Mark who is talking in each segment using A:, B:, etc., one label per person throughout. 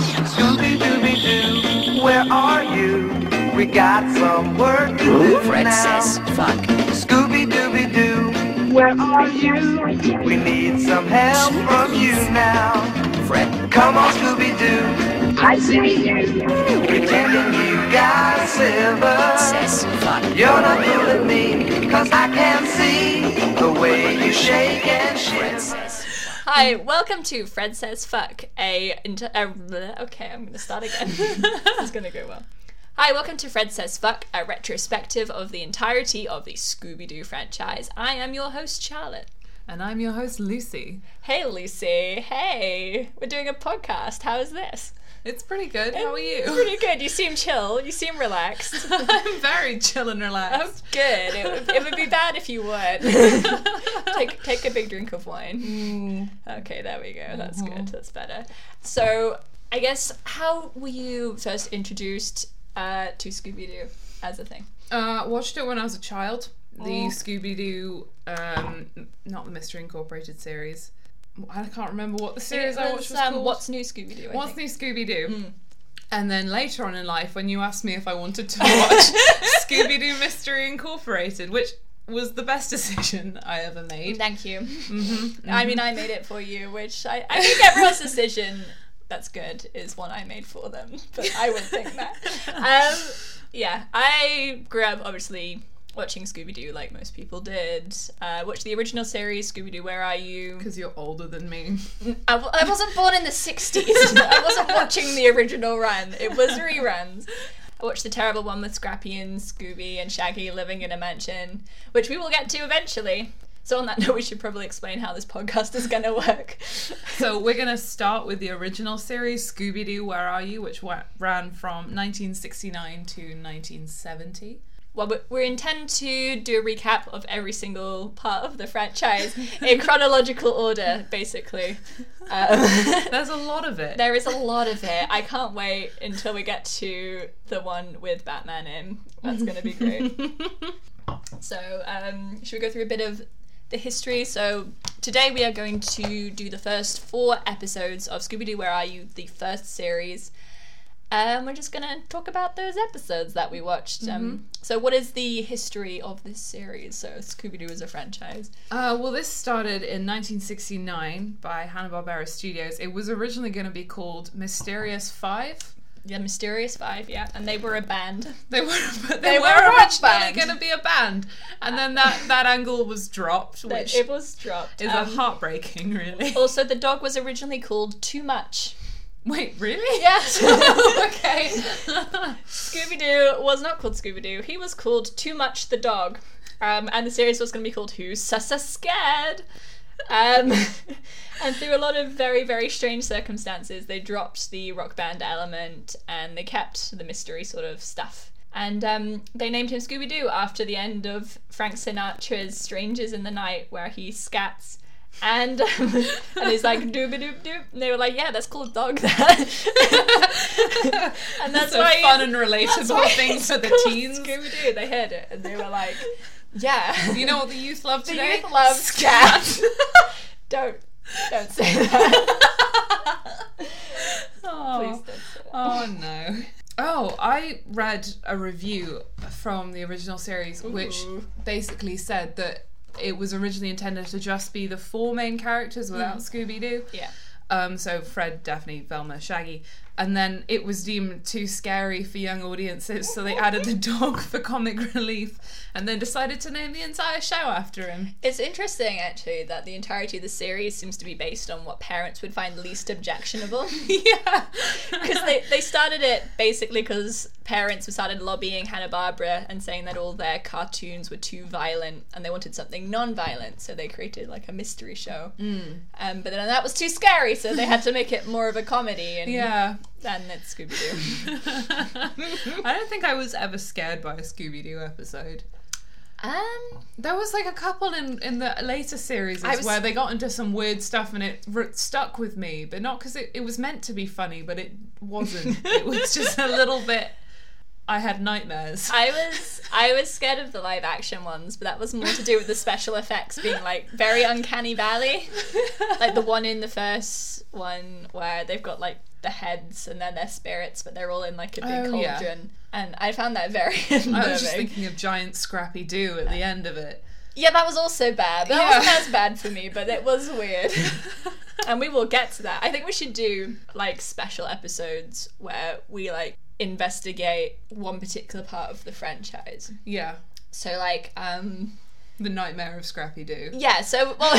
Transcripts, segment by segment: A: Scooby Dooby Doo, where are you? We got some work to do
B: Fred
A: now.
B: says fuck.
A: Scooby Dooby Doo, where are you? We need some help from you now.
B: Fred,
A: Come on, Scooby Doo,
B: I say
A: pretending you got silver.
B: says fuck.
A: You're not fooling me, cause I can see the way you shake and
B: Fred
A: shiver.
B: says
C: Hi, welcome to Fred Says Fuck. A, inter- a bleh, okay, I'm gonna start again. this is gonna go well. Hi, welcome to Fred Says Fuck, a retrospective of the entirety of the Scooby Doo franchise. I am your host, Charlotte.
D: And I'm your host, Lucy.
C: Hey, Lucy. Hey, we're doing a podcast. How is this?
D: It's pretty good. How are you?
C: Pretty good. You seem chill. You seem relaxed.
D: I'm very chill and
C: I'm
D: relaxed.
C: good. It would, it would be bad if you would. take take a big drink of wine. Okay, there we go. That's good. That's better. So, I guess how were you first introduced uh, to Scooby Doo as a thing?
D: Uh, watched it when I was a child. The Scooby Doo, um, not the Mystery Incorporated series. I can't remember what the series I
C: It
D: watched
C: was,
D: was
C: um,
D: called.
C: What's new, Scooby Doo?
D: What's new Scooby Doo? And then later on in life, when you asked me if I wanted to watch Scooby Doo Mystery Incorporated, which was the best decision I ever made.
C: Thank you. I mean, I made it for you, which I, I think everyone's decision that's good is one I made for them, but I would think that. Um, yeah, I grew up obviously watching Scooby Doo like most people did. Uh, watched the original series, Scooby Doo, Where Are You?
D: Because you're older than me.
C: I, w- I wasn't born in the 60s. I wasn't watching the original run. It was reruns. I watched the terrible one with Scrappy and Scooby and Shaggy living in a mansion, which we will get to eventually. So, on that note, we should probably explain how this podcast is going to work.
D: So we're going to start with the original series, Scooby Doo, Where Are You, which wa- ran from 1969 to 1970.
C: Well, we, we intend to do a recap of every single part of the franchise in chronological order, basically. Um,
D: There's a lot of it.
C: There is a lot of it. I can't wait until we get to the one with Batman in. That's going to be great. so, um, should we go through a bit of the history? So, today we are going to do the first four episodes of Scooby Doo Where Are You, the first series. And we're just going to talk about those episodes that we watched.
D: Mm-hmm.
C: Um, so, what is the history of this series? So, Scooby Doo is a franchise.
D: Uh, well, this started in 1969 by Hanna-Barbera Studios. It was originally going to be called Mysterious Five.
C: The Mysterious Five, yeah. And they were a band.
D: They were, but
C: They
D: they,
C: were a
D: were
C: rock
D: originally
C: band.
D: going to be a band, and then that that angle was dropped, which
C: it was dropped.
D: is
C: um,
D: a heartbreaking, really.
C: Also, the dog was originally called Too Much.
D: Wait, really?
C: Yes.
D: okay.
C: Scooby Doo was not called Scooby Doo. He was called Too Much the Dog. Um, and the series was going to be called Who's Sasa Scared? Um, and through a lot of very, very strange circumstances, they dropped the rock band element and they kept the mystery sort of stuff. And um, they named him Scooby Doo after the end of Frank Sinatra's Strangers in the Night, where he scats and um, and he's like dooby doop doop. And they were like, yeah, that's called dog. That. and that's
D: so
C: why
D: fun and
C: that's why
D: relatable thing
C: it's
D: for the
C: called
D: teens.
C: Scooby Doo. They heard it and they were like, yeah.
D: You know what the youth love
C: The
D: today?
C: youth loves cats. don't don't say that. Please
D: oh.
C: don't say that.
D: oh no. Oh, I read a review from the original series which
C: Ooh.
D: basically said that it was originally intended to just be the four main characters without Scooby Doo.
C: Mm. Yeah.
D: Um, so Fred, Daphne, Velma, Shaggy. And then it was deemed too scary for young audiences, so they added the dog for comic relief and then decided to name the entire show after him.
C: It's interesting, actually, that the entirety of the series seems to be based on what parents would find least objectionable.
D: yeah.
C: Because they, they started it basically because parents started lobbying Hanna-Barbera and saying that all their cartoons were too violent and they wanted something non-violent, so they created like a mystery show. Um, but then that was too scary, so they had to make it more of a comedy, and
D: Yeah.
C: and it's Scooby-Doo.
D: I don't think I was ever scared by a Scooby Doo episode.
C: um,
D: There was like a couple in, in the later series
C: I was-
D: where they got into some weird stuff and it r- stuck with me, but not because it, it was meant to be funny, but it wasn't. it was just a little bit. I had nightmares.
C: I was I was scared of the live action ones, but that was more to do with the special effects being like very uncanny valley. Like the one in the first one where they've got like the heads and then their spirits, but they're all in like a big
D: Oh,
C: cauldron.
D: yeah.
C: And I found that very
D: I was just
C: unnerving.
D: thinking of giant Scrappy Doo at the end of it.
C: Yeah, that was also bad. That
D: Yeah.
C: wasn't as bad for me, but it was weird. and we will get to that. I think we should do like special episodes where we like investigate one particular part of the franchise.
D: Yeah,
C: So like um
D: the nightmare of Scrappy Doo.
C: yeah, so well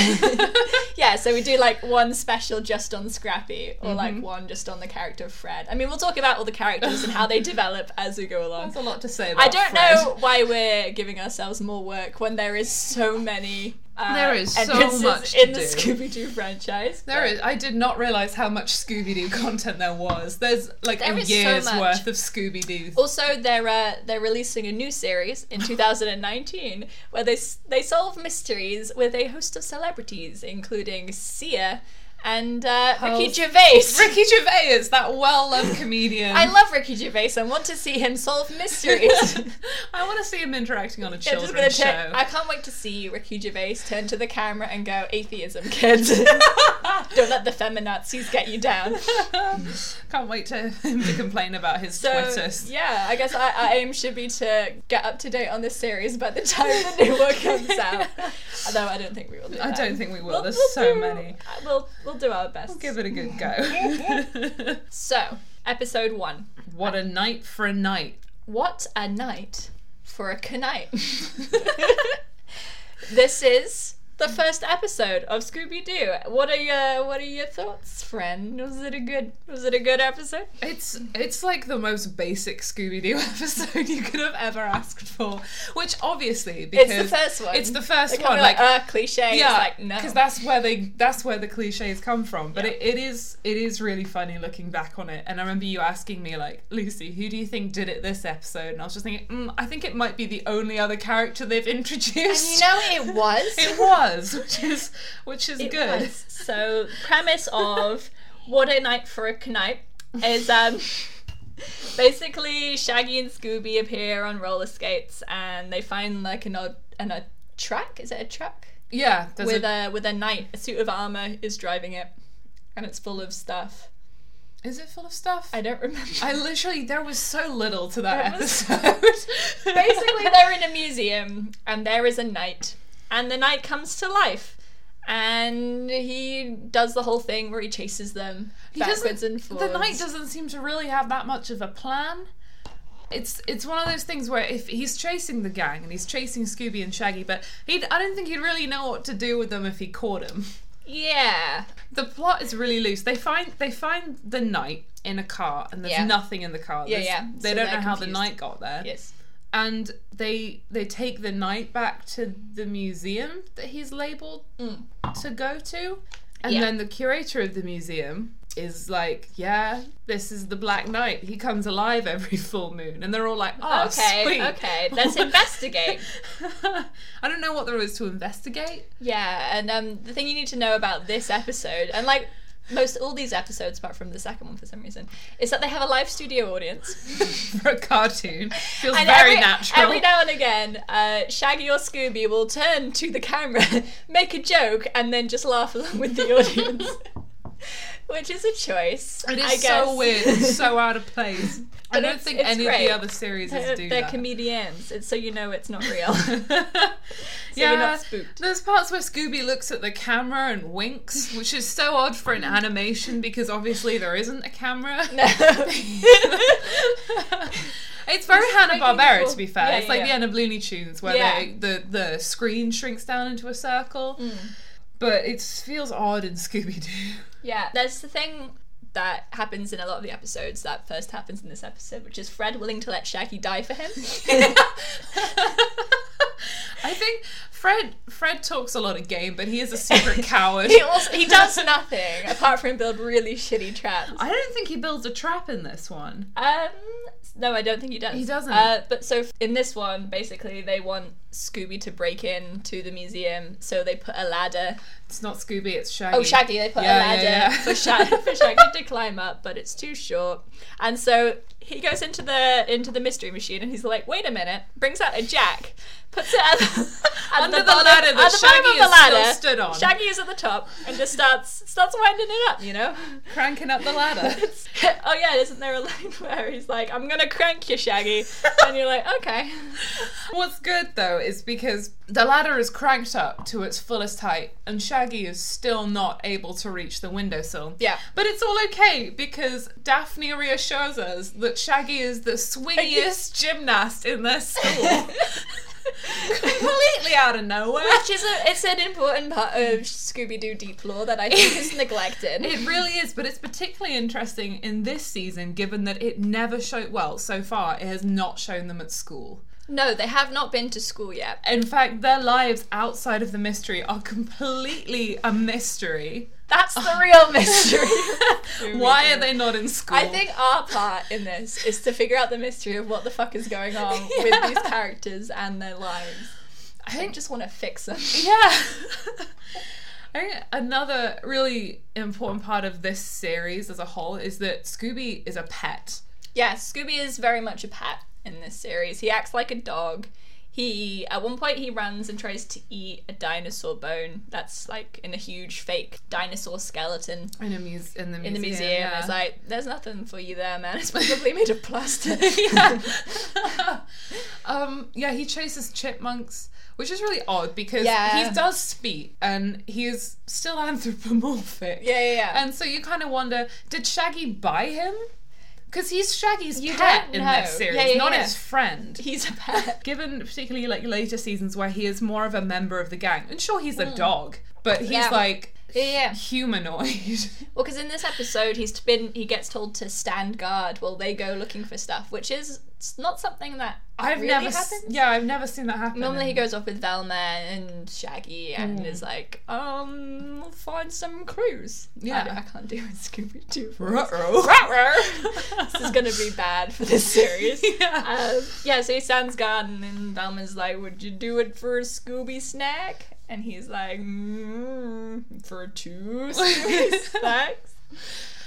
C: yeah, so we do like one special just on Scrappy or
D: Mm-hmm.
C: like one just on the character of Fred. I mean, we'll talk about all the characters and how they develop as we go along.
D: That's a lot to say. About
C: I don't
D: Fred.
C: know why we're giving ourselves more work when there is so many. Uh,
D: There is so
C: entrances
D: much to
C: in the
D: do.
C: Scooby Doo franchise.
D: There
C: but
D: is. I did not realize how much Scooby Doo content there was. There's like
C: There
D: a
C: is so
D: year's
C: much.
D: worth of Scooby Doo.
C: Also, they're uh, they're releasing a new series in 2019 where they s- they solve mysteries with a host of celebrities, including Sia and uh, Ricky
D: Health-
C: Gervais.
D: Ricky Gervais, is that well-loved comedian.
C: I love Ricky Gervais and want to see him solve mysteries.
D: I want to see him interacting on a
C: I'm just
D: children's
C: gonna
D: show.
C: turn- I can't wait to see Ricky Gervais turn to the camera and go, "Atheism, kids, don't let the feminazis get you down."
D: Can't wait to him to complain about his
C: So
D: sweaters.
C: yeah, I guess our, our aim should be to get up to date on this series by the time the new one comes out. Although I don't think we will. Do
D: I
C: that.
D: don't think we will.
C: We'll-
D: There's
C: we'll
D: so
C: do-
D: many.
C: We'll we'll do our best.
D: Give it a good go.
C: so episode one.
D: what a night for a night.
C: What a night for a knight. this is the first episode of Scooby Doo. What are your What are your thoughts, friend? Was it a good Was it a good episode?
D: It's it's like the most basic Scooby Doo episode you could have ever asked for, which obviously because
C: it's the first one.
D: it's the first
C: They
D: one.
C: kinda
D: Like,
C: uh, cliche.
D: yeah,
C: it's like no.
D: because that's where they that's where the cliches come from. But it, it is it is really funny looking back on it. And I remember you asking me like, Lucy, who do you think did it this episode? And I was just thinking, mm, I think it might be the only other character they've
C: and you
D: introduced.
C: know it was.
D: it was, which is which is
C: It
D: good.
C: was. So, premise of What a Night for a Knight is um, basically Shaggy and Scooby appear on roller skates and they find like an odd an a truck. Is it a truck
D: Yeah, there's
C: with
D: a,
C: a, with a knight? A suit of armor is driving it, and it's full of stuff.
D: is it full of stuff?
C: I don't remember.
D: I literally there was so little to that
C: There was-
D: episode.
C: Basically, they're in a museum, and there is a knight, and the knight comes to life, and he does the whole thing where he chases them
D: He doesn't-
C: backwards and
D: the
C: forwards.
D: knight doesn't seem to really have that much of a plan. It's it's one of those things where if he's chasing the gang and he's chasing Scooby and Shaggy, but he I don't think he'd really know what to do with them if he caught him.
C: Yeah,
D: The plot is really loose. They find they find the knight in a car and there's
C: Yeah.
D: nothing in the car.
C: Yeah,
D: There's-
C: yeah.
D: They
C: So
D: don't
C: they're
D: know how the
C: confused.
D: knight got there.
C: yes.
D: and they they take the knight back to the museum that he's labeled to go to and
C: Mm. Yeah.
D: then the curator of the museum is like yeah this is the black knight he comes alive every full moon and they're all like oh
C: okay,
D: sweet.
C: okay, let's investigate.
D: i don't know what there is to investigate
C: Yeah, and um, the thing you need to know about this episode, and like most all these episodes apart from the second one for some reason, is that they have a live studio audience.
D: for a cartoon feels
C: And
D: very
C: every,
D: natural
C: Every now and again, uh, Shaggy or Scooby will turn to the camera, make a joke, and then just laugh along with the audience. Which is a choice.
D: it is
C: I guess.
D: so weird it's so out of place i
C: But
D: don't
C: it's-
D: think
C: it's
D: any
C: great.
D: of the other series
C: They're,
D: do
C: they're
D: that
C: comedians, it's so you know it's not real.
D: yeah,
C: you're not spooked.
D: there's parts where Scooby looks at the camera and winks, which is so odd for an animation because obviously there isn't a camera. it's very Hanna Barbera,
C: cool.
D: to be fair.
C: Yeah,
D: it's
C: yeah,
D: like
C: yeah.
D: the end of Looney Tunes where
C: Yeah. Hmm.
D: they, the the screen shrinks down into a circle. But it feels odd in Scooby Doo.
C: Yeah, there's the thing that happens in a lot of the episodes that first happens in this episode, which is Fred willing to let Shaggy die for him.
D: I think Fred Fred talks a lot of game, but he is a secret coward.
C: he also he does nothing apart from build really shitty traps.
D: I don't think he builds a trap in this one.
C: Um, no, I don't think he does.
D: He doesn't.
C: Uh, but so in this one, basically, they want Scooby to break into the museum, so they put a ladder.
D: It's not Scooby, it's Shaggy.
C: Oh, Shaggy! They put
D: Yeah,
C: a
D: yeah,
C: ladder
D: yeah.
C: for, Shag- for Shaggy to climb up, but it's too short. And so he goes into the into the mystery machine, and he's like, "Wait a minute!" Brings out a jack, puts it at, at
D: Under the ladder
C: bottom-
D: that
C: at the bottom
D: Shaggy
C: of the
D: has still
C: ladder.
D: stood on.
C: Shaggy is at the top and just starts starts winding it up, you know.
D: Cranking up the ladder.
C: It's- oh yeah, isn't there a line where he's like, "I'm gonna crank you, Shaggy," and you're like, "Okay."
D: What's good though is because the ladder is cranked up to its fullest height and Shaggy is still not able to reach the windowsill.
C: Yeah.
D: But it's all okay because Daphne reassures us that Shaggy is the swingiest gymnast in their school. Completely out of nowhere.
C: Which is a, it's an important part of Scooby Doo deep lore that I think is neglected.
D: It really is, but it's particularly interesting in this season given that it never showed well so far, it has not shown them at school.
C: No, they have not been to school yet.
D: In fact, their lives outside of the mystery are completely a mystery.
C: That's the real mystery.
D: Why are they not in school?
C: I think our part in this is to figure out the mystery of what the fuck is going on with
D: Yeah.
C: these characters and their lives.
D: I
C: I
D: think
C: just want to fix them.
D: yeah. I think another really important part of this series as a whole is that Scooby is a pet.
C: Yeah, Scooby is very much a pet in this series. He acts like a dog. He at one point he runs and tries to eat a dinosaur bone that's like in a huge fake dinosaur skeleton
D: In a muse in the museum.
C: in the museum.
D: yeah.
C: And it's like, there's nothing for you there, man. It's probably made of plastic.
D: yeah. um, yeah, he chases chipmunks, which is really odd because
C: Yeah.
D: he does speak and he is still anthropomorphic.
C: Yeah, yeah, yeah.
D: And so you kind of wonder did Shaggy buy him? Because he's Shaggy's
C: You
D: pet
C: don't
D: in
C: know.
D: this series,
C: Yeah, yeah,
D: not
C: yeah.
D: his friend.
C: He's a pet.
D: Given particularly like later seasons where he is more of a member of the gang, and sure he's a dog, but he's
C: Mm. Yeah.
D: like
C: Yeah, yeah.
D: humanoid.
C: Well, because in this episode, he's been he gets told to stand guard while they go looking for stuff, which is s- not something that
D: I've
C: really
D: never, s-
C: happens.
D: yeah, I've never seen that happen.
C: Normally,
D: in-
C: he goes off with Velma and Shaggy and is like, um, we'll find some clues. I
D: Yeah.
C: d- I, can't do a Scooby Doo.
D: Ruh-roh.
C: this is gonna be bad for this series.
D: Yeah.
C: Um, yeah, so he stands guard, and then Velma's like, "Would you do it for a Scooby snack?" And he's like, mm, "For two Scooby snacks."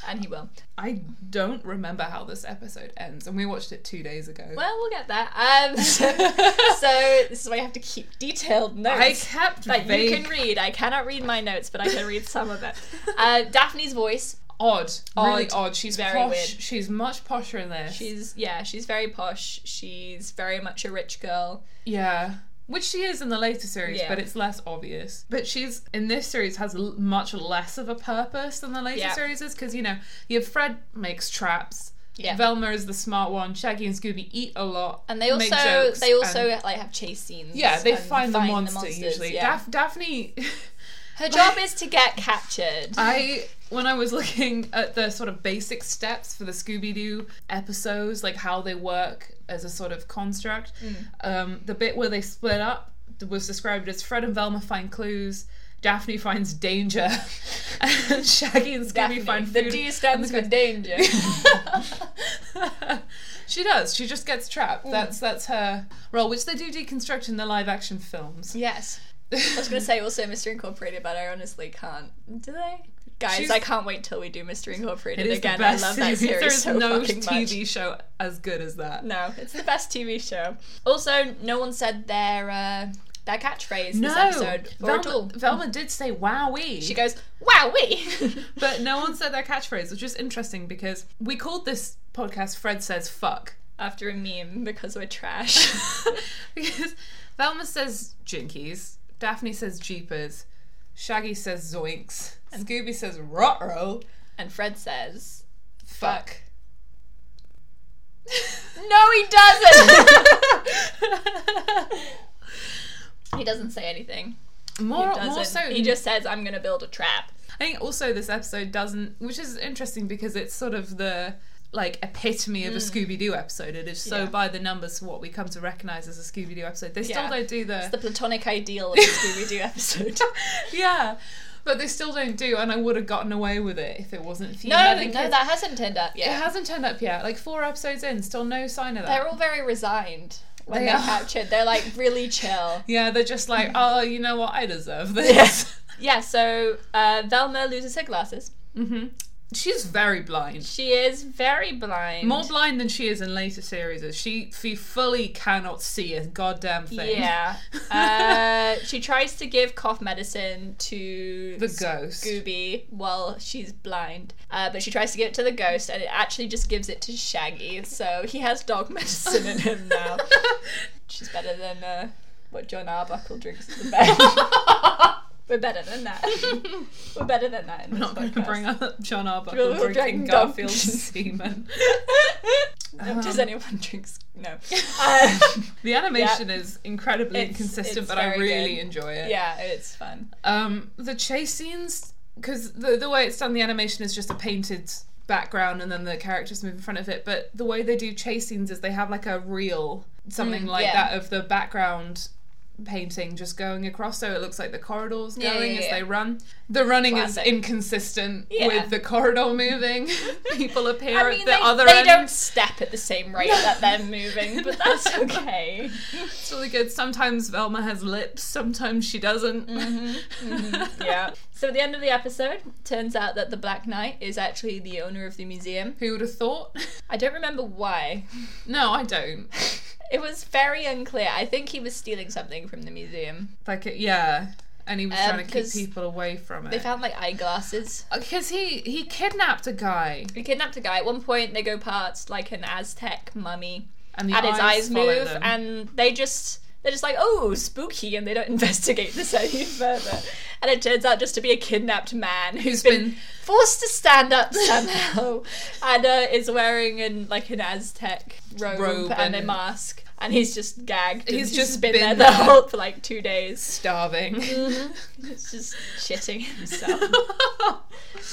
C: And he will.
D: I don't remember how this episode ends, and we watched it two days ago.
C: Well, we'll get that. Um, so, so this is why you have to keep detailed notes.
D: I kept
C: that
D: vague,
C: you can read. I cannot read my notes, but I can read some of it. Uh, Daphne's voice.
D: odd, really
C: Odd.
D: odd. She's
C: Very
D: posh.
C: weird.
D: She's much posher in this.
C: She's yeah, she's very posh. She's very much a rich girl.
D: yeah, which she is in the later series,
C: Yeah.
D: but it's less obvious. But she's in this series has l- much less of a purpose than the later
C: Yeah.
D: series is because you know you have Fred makes traps.
C: Yeah.
D: Velma is the smart one. Shaggy and Scooby eat a lot,
C: and they also
D: make jokes,
C: they also
D: and-
C: like have chase scenes.
D: yeah they
C: and
D: find, the monster
C: monsters,
D: usually.
C: yeah.
D: Daph- Daphne.
C: Her job is to get captured.
D: I when I was looking at the sort of basic steps for the Scooby Doo episodes, like how they work as a sort of construct,
C: Mm.
D: um, the bit where they split up was described as Fred and Velma find clues. Daphne finds danger, and Shaggy and Scooby
C: Daphne.
D: find food.
C: the D stands for
D: and
C: danger.
D: she does. She just gets trapped.
C: Mm.
D: That's that's her role, which they do deconstruct in the live action films.
C: yes. I was gonna say also Mr. Incorporated, but I honestly can't. Do they? Guys,
D: She's-
C: I can't wait till we do Mr. Incorporated
D: It is
C: again.
D: the best
C: I love
D: series.
C: that series
D: There is
C: so
D: no
C: fucking much.
D: TV show as good as that.
C: No, it's the best TV show. Also, no one said their uh, their catchphrase this episode or at all.
D: Velma, Velma did say "wowee,"
C: She goes, "Wowee!"
D: but no one said their catchphrase, which is interesting because we called this podcast "Fred says fuck"
C: after a meme because we're trash.
D: because Velma says "jinkies," Daphne says "jeepers," Shaggy says "zoinks," and Scooby says "rotro."
C: and Fred says,
D: Fuck.
C: "No, he doesn't." he doesn't say anything. He
D: more,
C: doesn't.
D: more so,
C: he just says, "I'm gonna build a trap."
D: I think also this episode doesn't, which is interesting because it's sort of the like epitome of a Scooby Doo episode. It is so
C: Mm. Yeah.
D: by the numbers for what we come to recognize as a Scooby Doo episode. They still
C: Yeah.
D: don't do
C: It's the platonic ideal of the Scooby Doo episode.
D: yeah, but they still don't do, and I would have gotten away with it if it wasn't for you.
C: No,
D: having
C: no,
D: kids.
C: that hasn't turned up yet.
D: it hasn't turned up yet. Like four episodes in, still no sign of that.
C: They're all very resigned. when
D: They
C: they are
D: are.
C: captured. They're like really chill.
D: Yeah, they're just like, oh, you know what? I deserve this.
C: Mm. Yeah, so uh, Velma loses her glasses.
D: hmm She's very blind.
C: She is very blind.
D: More blind than she is in later series. She, she fully cannot see a goddamn thing.
C: Yeah. Uh, she tries to give cough medicine to
D: The ghost.
C: Scooby while she's blind, uh, but she tries to give it to the ghost, and it actually just gives it to Shaggy. So he has dog medicine in him now. She's better than uh, what John Arbuckle drinks in the bed. We're better than that. We're better than that. In
D: I'm
C: this
D: not going to
C: podcast.
D: bring up John
C: We'll
D: Arbuckle
C: drink
D: drinking
C: dump.
D: Garfield's semen.
C: No,
D: Um,
C: Does anyone drinks? No. Um,
D: The animation is incredibly
C: It's-
D: inconsistent,
C: it's
D: but I
C: very
D: really
C: good.
D: enjoy it.
C: yeah, it's fun.
D: Um, the chase scenes, because the the way it's done, the animation is just a painted background, and then the characters move in front of it. But the way they do chase scenes is they have like a reel, something like
C: Mm, yeah.
D: that, of the background painting just going across so it looks like the corridors
C: Yeah,
D: going
C: yeah,
D: as
C: yeah.
D: they run the running
C: Classic.
D: is inconsistent
C: Yeah.
D: with the corridor moving people appear
C: I mean,
D: at the
C: they,
D: other
C: they
D: end
C: don't step at the same rate that they're moving, but that's okay.
D: It's really good. Sometimes Velma has lips, sometimes she doesn't.
C: Mm-hmm, yeah. So at the end of the episode, turns out that the Black Knight is actually the owner of the museum.
D: Who would have thought?
C: I don't remember why.
D: No, I don't.
C: It was very unclear. I think he was stealing something from the museum.
D: Like, it- yeah. And he was
C: Um,
D: trying to keep
C: 'cause
D: people away from
C: They
D: it.
C: found like eyeglasses.
D: Because he, he kidnapped a guy.
C: They kidnapped a guy. At one point, they go past like an Aztec mummy,
D: And, the
C: and his eyes,
D: follow
C: move,
D: them.
C: and they just they're just like, oh, spooky, and they don't investigate this any further. And it turns out just to be a kidnapped man
D: Who's
C: who's been,
D: been-
C: forced to stand up somehow, and uh, is wearing an like an Aztec robe,
D: Robe
C: and, a
D: and-
C: mask, and he's just gagged. and
D: He's just
C: been,
D: been
C: there the
D: there.
C: whole for like two days.
D: starving.
C: He's just shitting himself.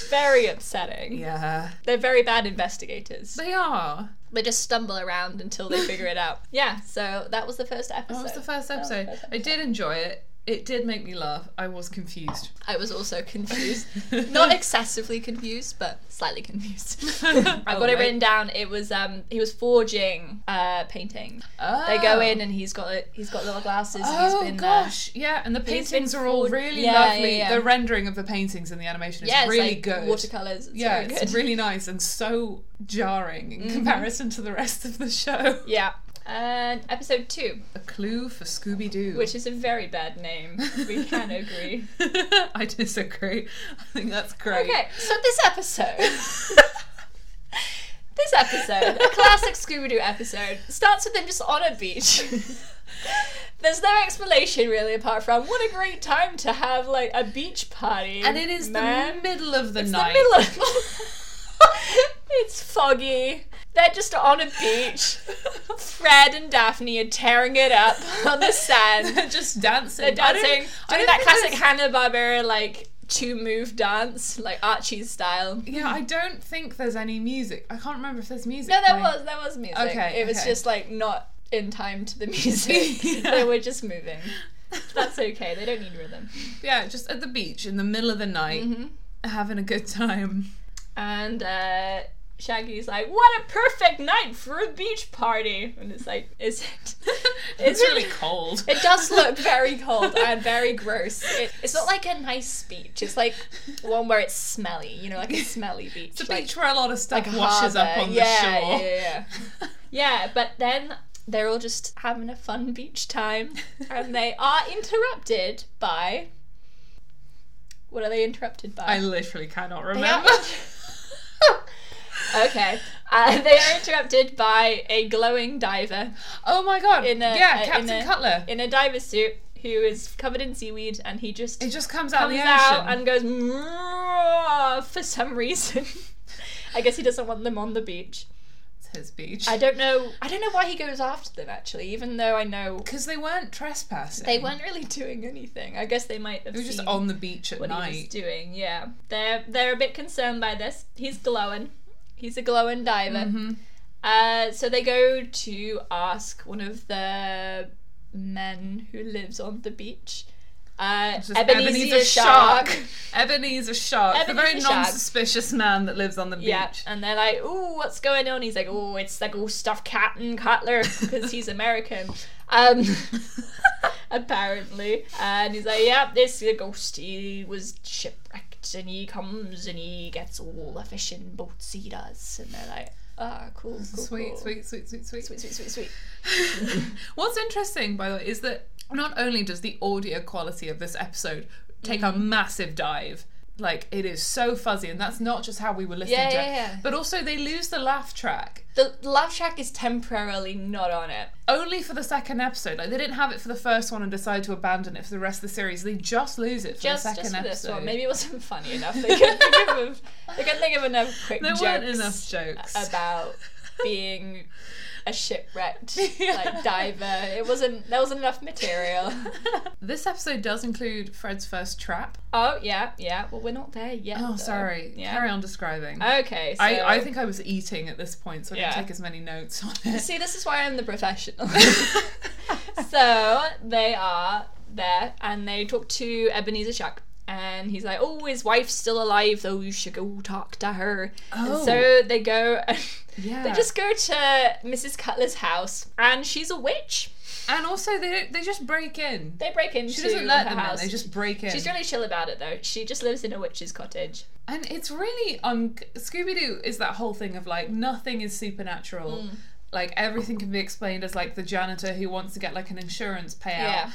C: Very upsetting.
D: yeah.
C: They're very bad investigators.
D: They are.
C: They just stumble around until they figure it out. Yeah, so that was the first episode.
D: That was the first episode.
C: first
D: I did enjoy it. It did make me laugh. I was confused.
C: I was also confused. Not excessively confused, but slightly confused.
D: Oh,
C: I've got it
D: wait.
C: written down. It was um he was forging uh painting. They go
D: Oh.
C: in and he's got it he's got little glasses and he's
D: Oh
C: been uh, there.
D: gosh, yeah, and the
C: He's
D: paintings
C: been
D: are all
C: forward-
D: really
C: Yeah,
D: lovely.
C: yeah, yeah.
D: The rendering of the paintings and the animation is
C: Yeah, it's
D: really
C: like
D: good.
C: Watercolors. It's
D: yeah,
C: very
D: it's
C: good. Mm-hmm.
D: really nice and so jarring in comparison to the rest of the show.
C: yeah. And episode two,
D: A clue for Scooby Doo,
C: which is a very bad name. We can agree.
D: I disagree. I think that's great.
C: Okay, so this episode. This episode, a classic Scooby Doo episode, starts with them just on a beach. There's no explanation really apart from what a great time to have like a beach party.
D: and it is
C: man.
D: the middle of the
C: It's the
D: night.
C: middle of It's foggy. They're just on a beach. Fred and Daphne are tearing it up on the sand.
D: They're just dancing.
C: They're
D: I don't-
C: dancing, doing
D: I don't
C: that
D: think
C: classic
D: there's-
C: Hanna Barbera like two move dance, like Archie style.
D: Yeah, I don't think there's any music. I can't remember if there's music.
C: No, there
D: playing.
C: was there was music.
D: Okay,
C: it was
D: okay.
C: just like not in time to the music.
D: Yeah.
C: They were just moving. That's okay. They don't need rhythm.
D: Yeah, just at the beach in the middle of the night,
C: Mm-hmm.
D: having a good time.
C: And uh, Shaggy's like, "What a perfect night for a beach party!" And it's like, "Is it?
D: It's
C: Is it-
D: really cold.
C: It does look very cold and very gross. It, it's not like a nice beach. It's like one where it's smelly. You know, like a smelly beach.
D: It's a
C: like-
D: beach where a lot of stuff
C: like a
D: washes up
C: harbour.
D: on
C: yeah,
D: the shore.
C: Yeah, yeah, yeah. yeah, but then they're all just having a fun beach time and they are interrupted by. What are they interrupted by?
D: I literally cannot
C: They are
D: remember.
C: inter- okay. Uh, they are interrupted by a glowing diver
D: oh my god!
C: In a-
D: yeah,
C: uh, in
D: Captain
C: a-
D: Cutler.
C: in a diver suit who is covered in seaweed and he just
D: it just comes, out of the
C: comes
D: ocean.
C: out and goes "Mwah," for some reason. I guess he doesn't want them on the beach.
D: It's his beach.
C: I don't know. I don't know why he goes after them actually, even though I know
D: Because they weren't trespassing.
C: they weren't really doing anything. I guess they might have
D: They were just
C: seen
D: on the beach at
C: what he was
D: night.
C: doing. Yeah, they're they're a bit concerned by this. He's glowing. He's a glowing diver.
D: Mm-hmm.
C: Uh, so they go to ask one of the men who lives on the beach Uh,
D: It's just
C: Ebenezer,
D: Ebenezer
C: Shark.
D: Shark. Ebenezer Shark, the very
C: Ebenezer Shark.
D: non-suspicious man that lives on the beach.
C: Yeah, Uh, and they're like, "Ooh, what's going on?" He's like, "Oh, it's the ghost of Captain Cutler because he's American." Um, apparently, and he's like, "Yep, this is a ghost. He was shipwrecked, and he comes and he gets all the fishing boats he does." And they're like, "Ah, cool, cool,
D: Sweet,
C: cool.
D: sweet, sweet, sweet, sweet,
C: sweet, sweet, sweet, sweet."
D: What's interesting, by the way, is that not only does the audio quality of this episode take a
C: Mm-hmm.
D: massive dive, like it is so fuzzy, and that's not just how we were listening
C: Yeah,
D: to
C: yeah, yeah.
D: it, but also they lose the laugh track
C: The laugh track is temporarily not on it.
D: only for the second episode. Like they didn't have it for the first one and decide to abandon it for the rest of the series. They just lose it for
C: Just,
D: the
C: just
D: second
C: for
D: episode.
C: this one, maybe it wasn't funny enough. They couldn't think of, they couldn't think of enough quick
D: there
C: jokes.
D: weren't enough jokes.
C: about being a shipwrecked like diver. It wasn't there wasn't enough material.
D: this episode does include Fred's first trap.
C: oh yeah, yeah. Well, we're not there yet.
D: Oh,
C: though.
D: sorry.
C: Uh, Yeah.
D: Carry on describing.
C: Okay. So,
D: I, I think I was eating at this point, so I
C: Yeah.
D: didn't take as many notes on it.
C: See, this is why I'm the professional. so they are there, and they talk to Ebenezer Shuck. And he's like, "Oh, his wife's still alive, though. You should go talk to her."
D: Oh.
C: And so they go, and
D: yeah.
C: they just go to Mrs. Cutler's house, and she's a witch.
D: And also, they don't, they just break in.
C: They break into
D: She doesn't let
C: her
D: them
C: house.
D: in. They just break in.
C: She's really chill about it though. She just lives in a witch's cottage.
D: and it's really on Scooby Doo is that whole thing of like nothing is supernatural.
C: Mm.
D: Like everything can be explained as like the janitor who wants to get like an insurance payout.
C: Yeah.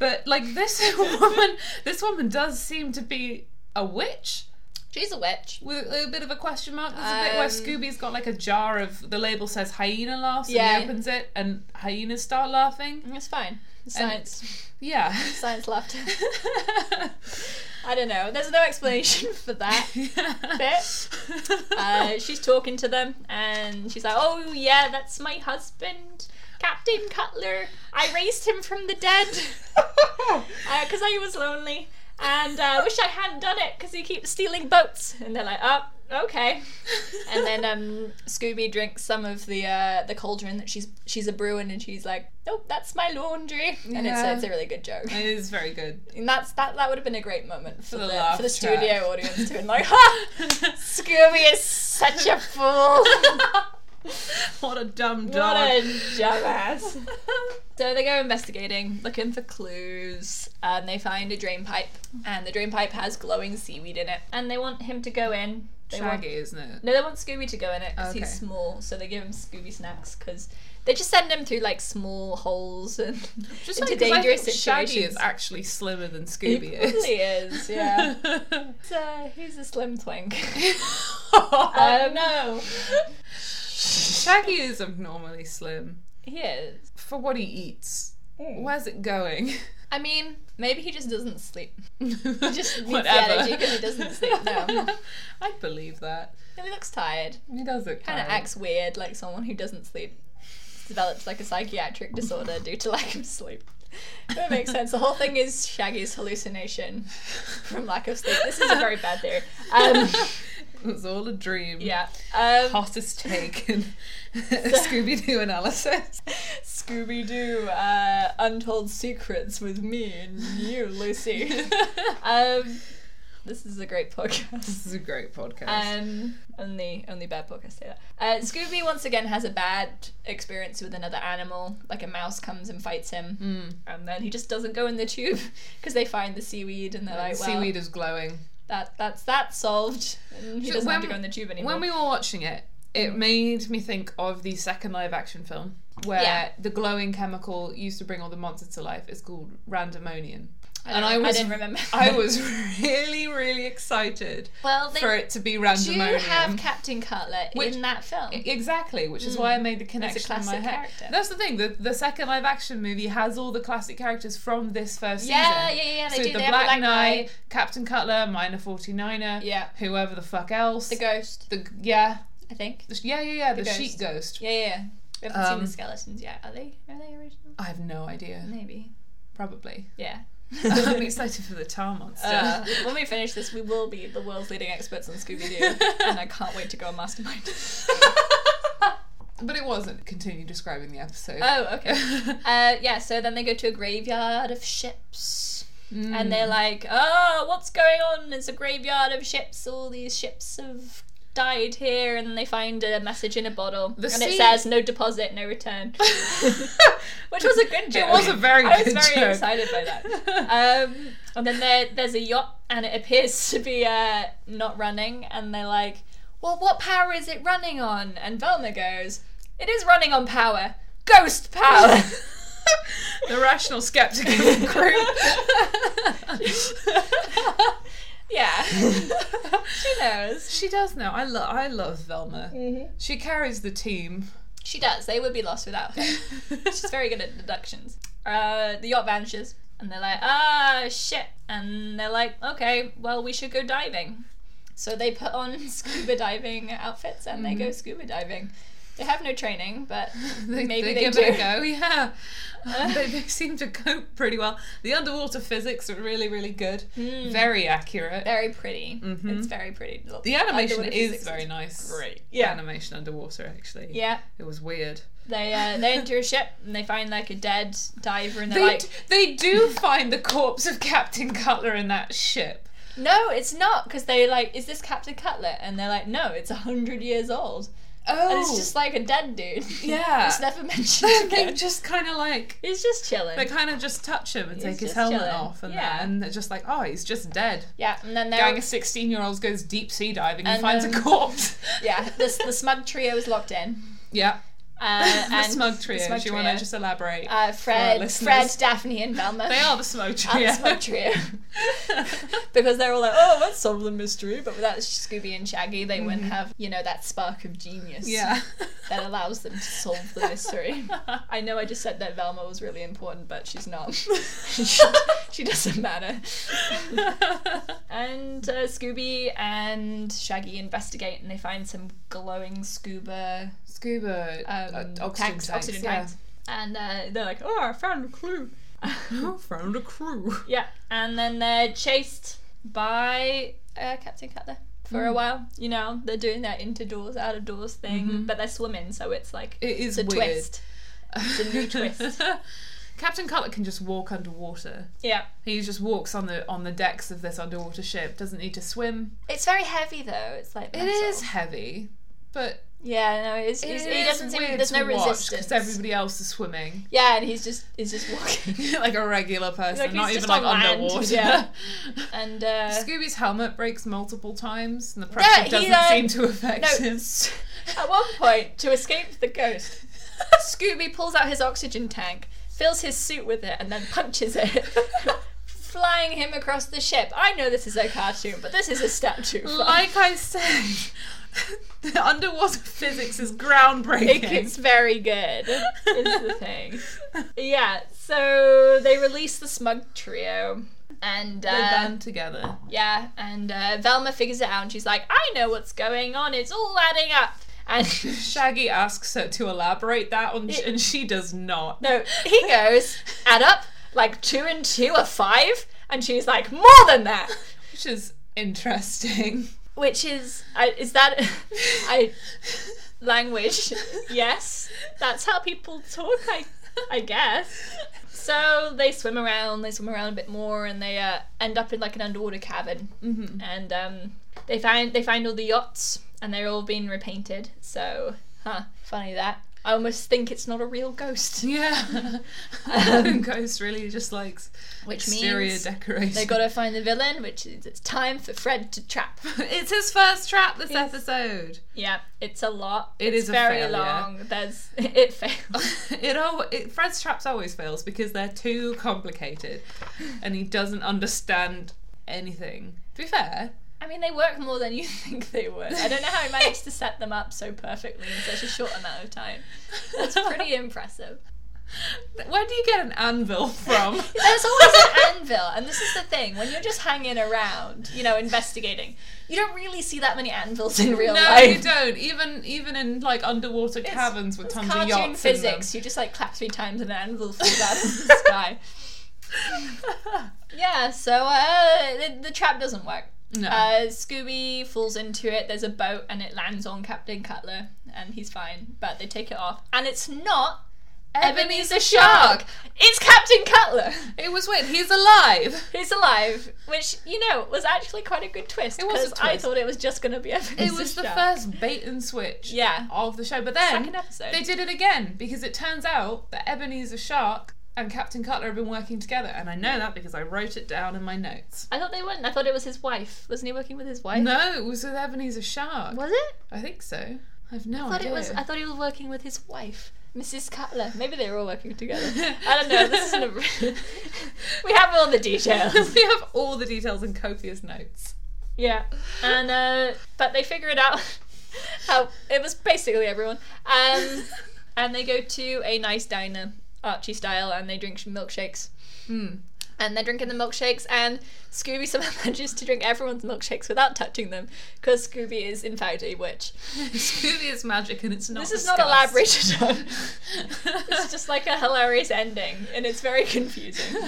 D: But like this woman, this woman does seem to be a witch
C: She's a witch.
D: with a bit of a question mark. There's a bit where
C: Um,
D: Scooby's got like a jar of the label says hyena laughs
C: Yeah.
D: and he opens it and hyenas start laughing.
C: It's fine. Science.
D: Yeah.
C: Science laughter. I don't know. There's no explanation for that bit. Uh, she's talking to them and she's like, "Oh yeah, that's my husband, Captain Cutler. I raised him from the dead Uh, because I was lonely." And uh, wish I hadn't done it because he keeps stealing boats. And they're like, oh, okay. and then um, Scooby drinks some of the uh, the cauldron that she's she's a brewing, and she's like, "Nope, that's my laundry," and it's,
D: Yeah.
C: it's a really good joke.
D: It is very good.
C: And that's that that would have been a great moment for,
D: the
C: the,
D: laugh
C: for the
D: track.
C: studio audience to have been like, "Ha, Scooby is such a fool,
D: what a dumb
C: what
D: dog.
C: a jackass." So they go investigating, looking for clues, and they find a drain pipe, and the drain pipe has glowing seaweed in it, and they want him to go in. They want
D: Shaggy, isn't it?
C: No, they want Scooby to go in it because
D: Okay.
C: he's small, so they give him Scooby snacks because they just send him through like small holes and
D: Just
C: into
D: funny 'cause I
C: dangerous
D: think Shaggy
C: situations.
D: is actually slimmer than
C: he
D: Scooby is. Um,
C: probably is, yeah. so he's a slim twink.
D: oh
C: Um,
D: no. Shaggy is abnormally slim
C: He is.
D: for what he eats.
C: Mm.
D: Where's it going?
C: I mean, maybe he just doesn't sleep.
D: Just
C: needs the energy 'cause he doesn't sleep now.
D: I'd believe that.
C: And he looks tired.
D: He does look
C: Kind of
D: tired.
C: acts weird, like someone who doesn't sleep. Develops like a psychiatric disorder due to lack of sleep. That makes sense. The whole thing is Shaggy's hallucination from lack of sleep. This is a very bad theory. Um,
D: It's all a dream.
C: yeah. Um,
D: Hottest take in Scooby Doo analysis.
C: Scooby Doo uh, Untold Secrets with me and you, Lucy. um, this is a great podcast.
D: This is a great podcast.
C: Um, only only bad podcasts say that. Uh, Scooby once again has a bad experience with another animal. Like a mouse comes and fights him,
D: Hmm.
C: and then he just doesn't go in the tube because they find the seaweed and they're like, "Well,
D: Seaweed is glowing.
C: that that's that solved." And he
D: So
C: doesn't have to
D: when-
C: go in the tube anymore.
D: When we were watching it, it made me think of the second live action film where
C: Yeah.
D: the glowing chemical used to bring all the monsters to life. It's called Randomonian.
C: I
D: And
C: don't-
D: I was
C: didn't remember.
D: I was really, really excited
C: well. They
D: for it to be
C: do
D: Randomonium.
C: have Captain Cutler
D: Which-
C: in that film.
D: Exactly, which is why I made the connection in
C: Hmm. classic
D: my head.
C: character.
D: That's the thing. The, the second live action movie has all the classic characters from this first
C: Yeah,
D: season.
C: yeah, yeah, they
D: so
C: do.
D: the
C: They have the
D: Black,
C: Black
D: Knight,
C: Knight.
D: Captain Cutler, Minor 49er,
C: Yeah.
D: whoever the fuck else.
C: the ghost,
D: The- yeah,
C: I think.
D: the- yeah, yeah, yeah. The,
C: ghost.
D: sheet ghost.
C: Yeah, yeah. yeah. We haven't seen
D: Um,
C: the skeletons yet. Are they? Are they original?
D: I have no idea.
C: Maybe.
D: Probably.
C: Yeah.
D: I'm excited for the tar monster.
C: Uh, when we finish this, we will be the world's leading experts on Scooby Doo, and I can't wait to go on Mastermind.
D: but it wasn't. Continue Uh, describing the episode.
C: oh, okay. Uh, yeah. So then they go to a graveyard of ships, and they're like, "Oh, what's going on? It's a graveyard of ships. All these ships have died here." And then they find a message in a bottle,
D: The
C: and
D: sea-
C: it says, "No deposit, no return," which was a good
D: It
C: joke.
D: was a very
C: I was
D: good
C: very
D: joke.
C: excited by that. Um, and then there, there's a yacht, and it appears to be uh, not running. And they're like, "Well, what power is it running on?" And Velma goes, "It is running on power, ghost power."
D: the rational skeptical group.
C: yeah, she knows.
D: she does know. I love. I love Velma. She carries the team.
C: She does. They would be lost without her. She's very good at deductions. Uh, the yacht vanishes, and they're like, ah, shit. And they're like, okay, well, we should go diving. So they put on scuba diving outfits and they
D: Mm-hmm.
C: go scuba diving. They have no training, but maybe they,
D: give
C: do.
D: it a go. Yeah, they, they seem to cope pretty well. The underwater physics are really, really good. Very accurate.
C: Hmm. Very pretty. It's very pretty.
D: Mm-hmm.
C: Look,
D: the animation
C: underwater
D: is
C: physics
D: very nice.
C: great. Yeah.
D: animation underwater actually.
C: Yeah,
D: it was weird.
C: they uh, they enter a ship and they find like a dead diver and they're
D: They
C: like,
D: d- they do find the corpse of Captain Cutler in that ship.
C: no, it's not, because they like, is this Captain Cutler? And they're like, no, it's a hundred years old.
D: Oh,
C: And it's just like a dead dude.
D: yeah.
C: It's never mentioned
D: they
C: again.
D: just kind of like
C: He's just chilling.
D: they kind of just touch him and take his
C: just
D: helmet
C: chilling.
D: off and
C: Yeah.
D: that, and they're just like, oh, he's just dead.
C: yeah, and then
D: Gang
C: they're
D: of sixteen-year-olds goes deep sea diving and,
C: And,
D: finds a
C: um,
D: corpse.
C: yeah. The, the smug trio is locked in.
D: yeah.
C: Uh,
D: the
C: and
D: smug trio.
C: the smug
D: Do you want
C: trio.
D: to just elaborate?
C: uh, Fred,
D: listeners.
C: Fred, Daphne, and Velma.
D: they are the smug
C: are
D: trio.
C: the smug trio because they're all like, oh, let's solve the mystery. But without Scooby and Shaggy, they wouldn't have you know that spark of genius
D: Mm-hmm. yeah.
C: that allows them to solve the mystery. I know I just said that Velma was really important, but she's not. she, she doesn't matter. And uh, Scooby and Shaggy investigate, and they find some glowing scuba
D: Scuba
C: um,
D: uh, oxygen
C: tanks,
D: tanks.
C: oxygen
D: yeah.
C: tanks. And uh, they're like, "Oh, I found a clue."
D: Oh, found a crew.
C: yeah, and then they're chased by uh, Captain Cutler for a while. You know, they're doing their interdoors, out of doors thing, but they're swimming, so it's like
D: It is
C: it's a
D: weird.
C: twist. It's a new twist.
D: Captain Cutler can just walk underwater.
C: Yeah,
D: He just walks on the on the decks of this underwater ship. Doesn't need to swim.
C: it's very heavy though. It's like
D: It is heavy, but
C: Yeah, no, it's,
D: it
C: he's,
D: is
C: he doesn't seem.
D: weird
C: There's no
D: to watch
C: resistance.
D: because everybody else is swimming
C: yeah, and he's just he's just walking.
D: like a regular person,
C: Like, he's
D: not
C: just
D: even
C: on
D: like
C: land,
D: underwater.
C: yeah. and uh,
D: Scooby's helmet breaks multiple times, and the pressure
C: he,
D: doesn't
C: uh,
D: seem to affect
C: no,
D: him.
C: s- At one point, to escape the ghost, Scooby pulls out his oxygen tank, fills his suit with it, and then punches it, flying him across the ship. I know this is a cartoon, but this is a step too far.
D: like I said, the underwater physics is groundbreaking.
C: it's very good. Is the thing. Yeah. So they release the smug trio, and uh,
D: They're done together.
C: Yeah, and uh, Velma figures it out, and she's like, "I know what's going on. It's all adding up." And
D: Shaggy asks her to elaborate that, on,
C: It-
D: and she does not.
C: no, he goes, "Add up, like two and two are five," and she's like, "More than that,"
D: Which is interesting.
C: which is, I, is that, I language? Yes, that's how people talk. I, I guess. So they swim around, they swim around a bit more, and they uh, end up in like an underwater cavern. Mm-hmm. And um, they find they find all the yachts, and they're all being repainted. So, huh, funny that. I almost think it's not a real ghost,
D: Yeah. Ghost really just likes
C: um, which
D: exterior
C: means
D: decoration.
C: they gotta find the villain, which is it's time for Fred to trap.
D: it's his first trap this episode.
C: yeah, it's a lot.
D: It
C: it's
D: is a
C: very
D: failure.
C: long. There's it fails.
D: it all it, Fred's traps always fails because they're too complicated, and he doesn't understand anything. To be fair,
C: I mean, they work more than you think they would. I don't know how he managed to set them up so perfectly in such a short amount of time. That's pretty impressive.
D: where do you get an anvil from?
C: There's always an anvil, and this is the thing: when you're just hanging around, you know, investigating, you don't really see that many anvils in real
D: no,
C: life.
D: you don't. Even even in like underwater caverns with
C: It's
D: tons of
C: cartoon
D: yachts
C: physics. You just like clap three times and an anvil falls out of the sky. Yeah, so uh, the, the trap doesn't work.
D: in them. No.
C: Uh, Scooby falls into it. There's a boat, and it lands on Captain Cutler, and he's fine. But they take it off, and it's not Ebenezer Shark. It's Captain Cutler.
D: It was weird. He's alive.
C: He's alive, which you know was actually quite a good twist.
D: It was a
C: because I
D: twist.
C: thought it was just going to be Ebenezer
D: It was the
C: Shark.
D: first bait and switch
C: Yeah.
D: of the show. But then
C: Second episode.
D: they did it again because it turns out that Ebenezer Shark and Captain Cutler have been working together. And I know that because I wrote it down in my notes.
C: I thought they weren't. I thought it was his wife. Wasn't he working with his wife?
D: No, it was with Ebenezer Shark.
C: Was it?
D: I think so. I've no
C: I thought
D: idea.
C: it was. I thought he was working with his wife, Mrs. Oh, Cutler. Maybe they were all working together. I don't know. This isn't a. we have all the details.
D: we have all the details in copious notes.
C: Yeah, and uh, but they figure it out. How it was basically everyone. Um, and they go to a nice diner, Archie style, and they drink milkshakes.
D: Hmm.
C: And they're drinking the milkshakes, and Scooby somehow manages to drink everyone's milkshakes without touching them, because Scooby is in fact a witch.
D: Scooby is magic and it's not
C: this is not
D: discussed.
C: elaborated on. it's just like a hilarious ending, and it's very confusing.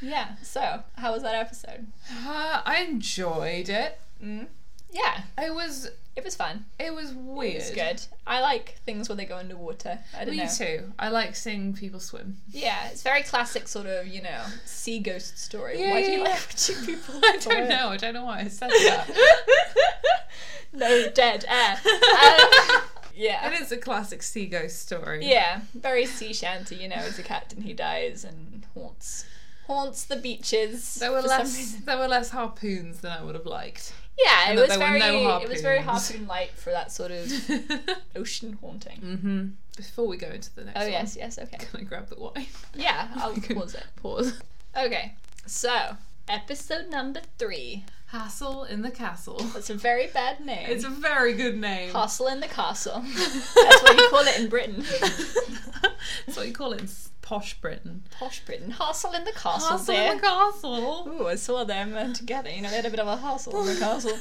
C: Yeah. So, how was that episode?
D: Uh, I enjoyed it.
C: Yeah,
D: It was
C: it was fun.
D: it was weird.
C: It was good. I like things where they go underwater. I don't
D: Me
C: know.
D: too. I like seeing people swim.
C: Yeah, it's very classic sort of, you know, sea ghost story.
D: Yeah,
C: Why do
D: yeah,
C: you
D: yeah.
C: like two people?
D: I don't know. I don't know why I said that.
C: no dead air. Um, yeah.
D: it is a classic sea ghost story.
C: Yeah, very sea shanty, you know, it's a captain who dies and haunts haunts the beaches.
D: There were
C: for some
D: less
C: reason.
D: there were less harpoons than I would have liked.
C: Yeah,
D: and that
C: it was
D: there were
C: very
D: no
C: it was very
D: harpoons.
C: harpoon light for that sort of
D: mm-hmm.
C: ocean haunting.
D: Before we go into the next
C: Oh
D: one,
C: yes, yes, okay.
D: can I grab the wine?
C: Yeah, I'll pause it. Pause. Okay. So, episode number three.
D: Hassle in the castle.
C: That's a very bad name.
D: It's a very good name.
C: Castle in the castle. That's what you call it in Britain.
D: That's what you call it in s- posh Britain.
C: Posh Britain. Castle in the castle,
D: Hassle
C: dear.
D: in the castle.
C: Ooh, I saw them uh, together. You know, they had a bit of a hustle in the castle.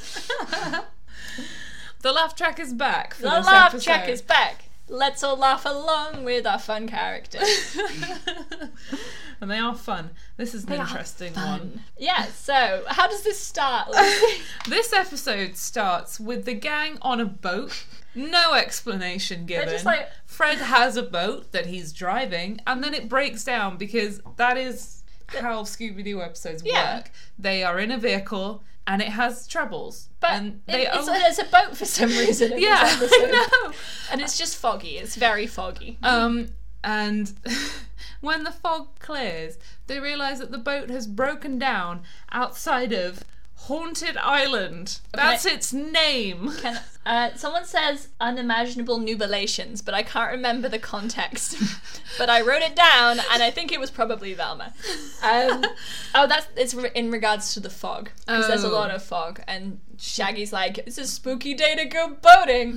D: the laugh track is back. For
C: the
D: this
C: laugh
D: episode.
C: track is back. Let's all laugh along with our fun characters.
D: and they are fun. This is an
C: They are
D: interesting one.
C: Yeah, so how does this start?
D: This episode starts with the gang on a boat. No explanation given.
C: just like-
D: Fred has a boat that he's driving, and then it breaks down because that is how Scooby Doo episodes
C: Yeah.
D: work. They are in a vehicle and it has troubles,
C: But
D: and
C: it-
D: they
C: it's,
D: only-
C: there's a boat for some reason. in this
D: yeah,
C: episode.
D: I know.
C: And it's just foggy. It's very foggy.
D: Um, and when the fog clears, they realise that the boat has broken down outside of Haunted Island. That's its name.
C: Can, uh, someone says unimaginable nubilations, but I can't remember the context. but I wrote it down, and I think it was probably Velma. Um, oh, that's it's re- in regards to the fog because there's a
D: Oh.
C: lot of fog, and Shaggy's like, "It's a spooky day to go boating."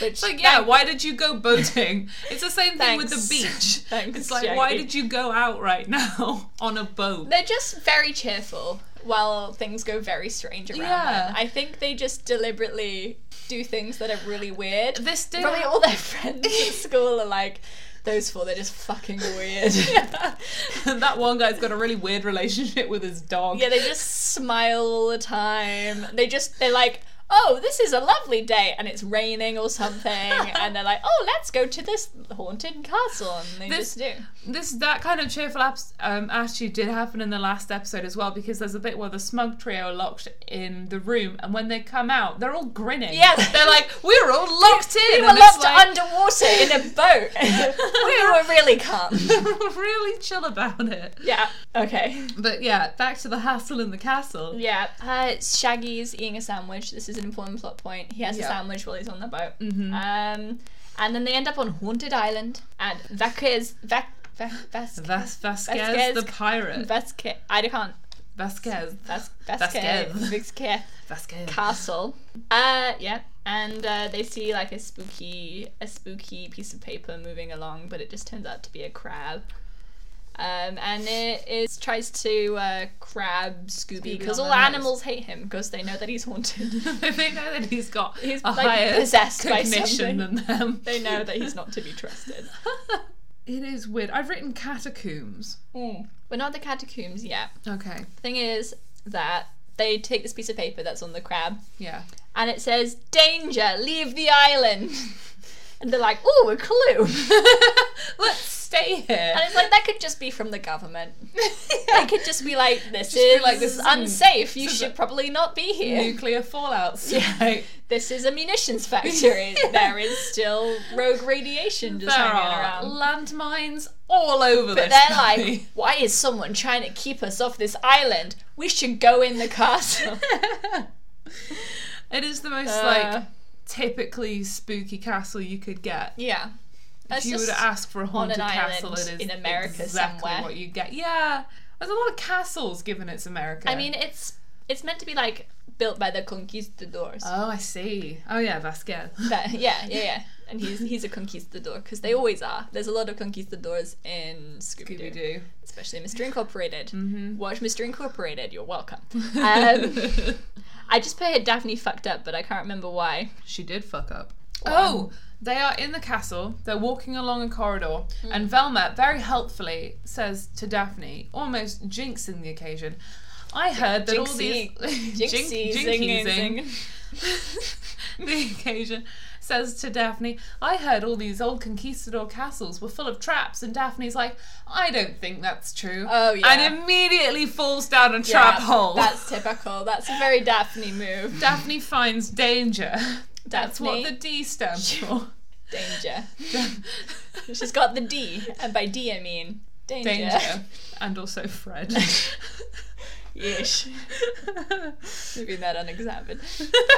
D: it's like, yeah,
C: thank-
D: why did you go boating? It's the same thing with
C: Thanks.
D: the beach.
C: Thanks,
D: it's like, why
C: Shaggy.
D: did you go out right now on a boat?
C: They're just very cheerful while things go very strange around
D: Yeah.
C: them. I think they just deliberately do things that are really weird.
D: This did
C: Probably all their friends at school are like, those four, they're just fucking weird. yeah.
D: that one guy's got a really weird relationship with his dog.
C: they just smile all the time. They just, they're like, oh, this is a lovely day, and it's raining or something, and they're like, oh, let's go to this haunted castle, and they
D: This-
C: just do.
D: this that kind of cheerful abs- um, attitude did happen in the last episode as well because there's a bit where the smug trio are locked in the room and when they come out they're all grinning
C: Yeah.
D: they're like we were all locked in
C: We were
D: and it's
C: locked
D: like,
C: underwater in a boat. we were really calm.
D: they're all really chill about it
C: Yeah. Okay.
D: but yeah back to the hassle in the castle
C: Yeah. Uh, Shaggy's eating a sandwich. This is an important plot point. He has
D: Yeah. Mm-hmm.
C: a sandwich while he's on the boat. Um, and then they end up on Haunted Island. And Vasquez, Vac, Vac, Vasquez,
D: Vas- Vasquez,
C: Vasquez-
D: the pirate
C: Vasquez, I can't.
D: Vasquez
C: Vas, Vasquez,
D: Vasquez.
C: Vasquez
D: Vasquez
C: Castle. Uh, yeah. And uh, they see like a spooky, a spooky piece of paper moving along, but it just turns out to be a crab. Um, and it is tries to uh, crab Scooby
D: Scooby
C: because
D: on
C: all
D: the nose.
C: animals hate him because they know that he's haunted.
D: they know that he's got
C: He's,
D: a
C: like,
D: higher
C: possessed by
D: cognition
C: something.
D: than them
C: they know that he's not to be trusted.
D: it is weird I've written catacombs
C: We're Hmm. not at the catacombs yet.
D: okay
C: The thing is that they take this piece of paper that's on the crab
D: yeah
C: and it says, Danger, leave the island. and they're like, "Ooh, a clue,"
D: Let's stay here.
C: and it's like that could just be from the government.
D: Yeah.
C: It could just be like, "This
D: Just be
C: is
D: like, this is un-
C: unsafe. You
D: this is
C: should
D: a-
C: probably not be here.
D: Nuclear fallout site.
C: This is a munitions factory.
D: Yeah.
C: There is still rogue radiation just
D: There
C: hanging
D: are
C: around."
D: landmines all over this.
C: But they're
D: valley.
C: like, why is someone trying to keep us off this island? We should go in the castle.
D: it is the most
C: Uh,
D: like typically spooky castle you could get.
C: yeah. That's
D: if you were
C: just
D: to ask for a haunted
C: an
D: castle,
C: island
D: it is
C: in America
D: exactly
C: somewhere.
D: what you get. Yeah, there's a lot of castles given it's America.
C: I mean, it's it's meant to be like built by the conquistadors.
D: oh, I see. Oh yeah, Vasquez.
C: But yeah, yeah, yeah. And he's he's a conquistador because they always are. There's a lot of conquistadors in Scooby
D: Scooby
C: Doo,
D: Doo.
C: especially Mr. Incorporated.
D: Mm-hmm.
C: Watch Mr. Incorporated. You're welcome. Um, I just put Daphne fucked up, but I can't remember why.
D: She did fuck up. Oh, they are in the castle. They're walking along a corridor,
C: Hmm.
D: and Velma very helpfully says to Daphne, almost jinxing the occasion, "I heard that all these
C: Jinxy.
D: Jinx-
C: Jinxie,
D: jinxie
C: zing,
D: zing.
C: zing.
D: the occasion says to Daphne, I heard all these old conquistador castles were full of traps, and Daphne's like, I don't think that's true.
C: Oh, yeah.
D: And immediately falls down a trap
C: Yeah,
D: hole.
C: That's typical. That's a very Daphne move.
D: Daphne finds danger. That's
C: Daphne,
D: what the D stands for.
C: danger. She's got the D, and by D I mean danger.
D: danger. And also Fred.
C: Yeesh. Leaving that unexamined.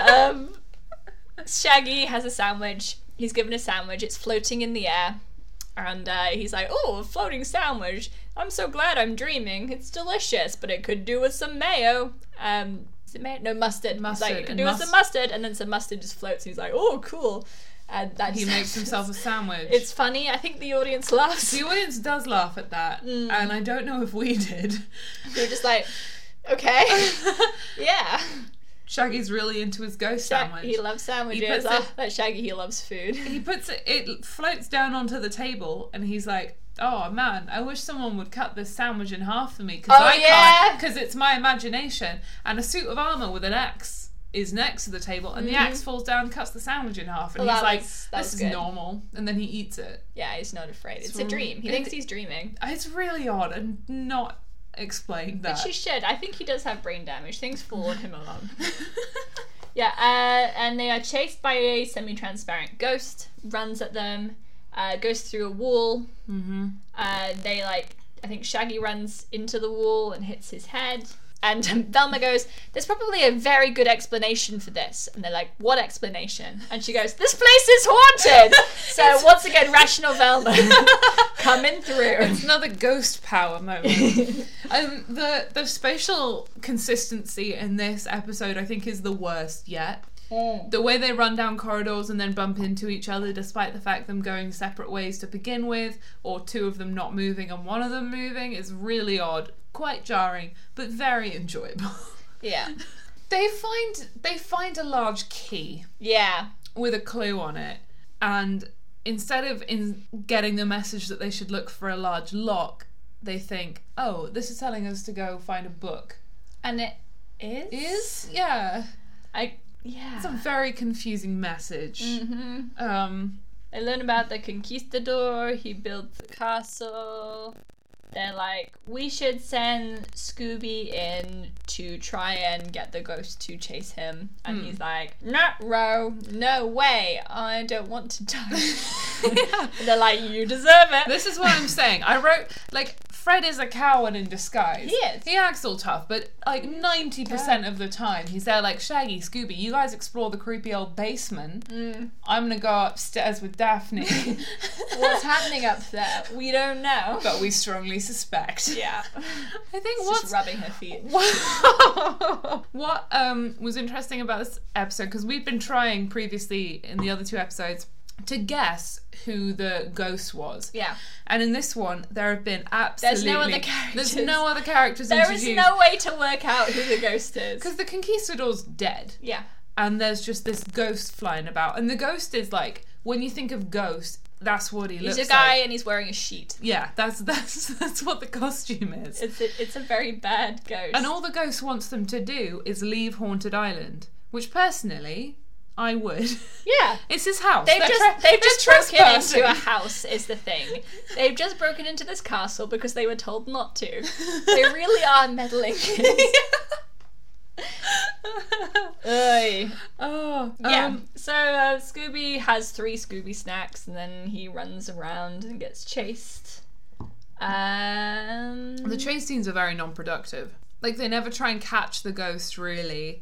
C: Um, Shaggy has a sandwich. He's given a sandwich. It's floating in the air. And uh, he's like, oh, a floating sandwich. I'm so glad I'm dreaming. It's delicious, but it could do with some mayo. Um, is it mayo? No, mustard. He's
D: Mustard
C: like, it could
D: and
C: do
D: mus-
C: with some mustard. And then some mustard just floats. He's like, oh, cool. And that
D: he
C: just-
D: makes himself a sandwich.
C: It's funny. I think the audience laughs.
D: the
C: We
D: audience does laugh at that,
C: Mm.
D: and I don't know if we did.
C: were just like, okay, yeah.
D: Shaggy's really into his ghost
C: Sha-
D: sandwich.
C: He loves
D: He puts
C: sandwiches.
D: it-
C: Ah, that Shaggy, he loves food.
D: he puts it it floats down onto the table and he's like oh man i wish someone would cut this sandwich in half for me because
C: Oh,
D: i
C: yeah.
D: can't because it's my imagination and a suit of armor with an axe is next to the table and the axe falls down and cuts the sandwich in half and
C: Mm-hmm. Well,
D: he's
C: that
D: like
C: was- that
D: this
C: was
D: is
C: good.
D: normal and then he eats it
C: Yeah, he's not afraid. It's, a
D: really-
C: dream. He
D: it-
C: thinks he's dreaming.
D: it's really odd and not explained that
C: Which he should. I think he does have brain damage. Things forward him along. yeah, uh, and they are chased by a semi transparent ghost, runs at them, uh, goes through a wall.
D: mm-hmm.
C: Uh, they, like, I think Shaggy runs into the wall and hits his head. And um, Velma goes, There's probably a very good explanation for this. And they're like, What explanation? And she goes, This place is haunted! so,
D: It's-
C: once again, rational Velma coming through.
D: It's another ghost power moment. um, the the spatial consistency in this episode, I think, is the worst yet. The way they run down corridors and then bump into each other, despite the fact them going separate ways to begin with, or two of them not moving and one of them moving, is really odd, quite jarring, but very enjoyable.
C: Yeah.
D: they find they find a large key
C: Yeah.
D: with a clue on it and instead of in getting the message that they should look for a large lock they think oh this is telling us to go find a book
C: And it is?
D: is yeah
C: I yeah.
D: it's a very confusing message
C: hmm
D: um
C: They learn about the conquistador. He builds the castle. They're like, we should send Scooby in to try and get the ghost to chase him. And he's like, no, Ro, no way. I don't want to die.
D: yeah.
C: And they're like, you deserve it.
D: this is what i'm saying i wrote like fred is a coward in disguise
C: He is.
D: he acts all tough but like 90% of the time he's there like shaggy scooby you guys explore the creepy old basement
C: Mm.
D: i'm gonna go upstairs with daphne
C: What's happening up there? We don't know.
D: but we strongly suspect.
C: yeah.
D: I think
C: Just
D: what's
C: rubbing her feet.
D: what, what um was interesting about this episode because we've been trying previously in the other two episodes to guess who the ghost was.
C: Yeah.
D: And in this one, there have been absolutely
C: other
D: There's
C: characters.
D: no other characters
C: There is
D: introduced.
C: no way to work out who the ghost is.
D: because the conquistador's dead,
C: Yeah.
D: and there's just this ghost flying about, and the ghost is like when you think of ghost, that's what he
C: He's
D: looks
C: a guy
D: like.
C: and he's wearing a sheet.
D: Yeah, that's that's that's what the costume is.
C: It's a, it's a very bad ghost.
D: And all the ghost wants them to do is leave Haunted Island, which personally, I would.
C: Yeah.
D: It's his house.
C: They've
D: They're
C: just
D: tre-
C: they've
D: they're
C: just broken
D: trespassing.
C: into a house is the thing. They've just broken into this castle because they were told not to. They really are meddling. kids. Oy.
D: oh
C: Yeah.
D: um,
C: so uh, Scooby has three Scooby snacks, and then he runs around and gets chased. Um,
D: the chase scenes are very non-productive. Like they never try and catch the ghost really.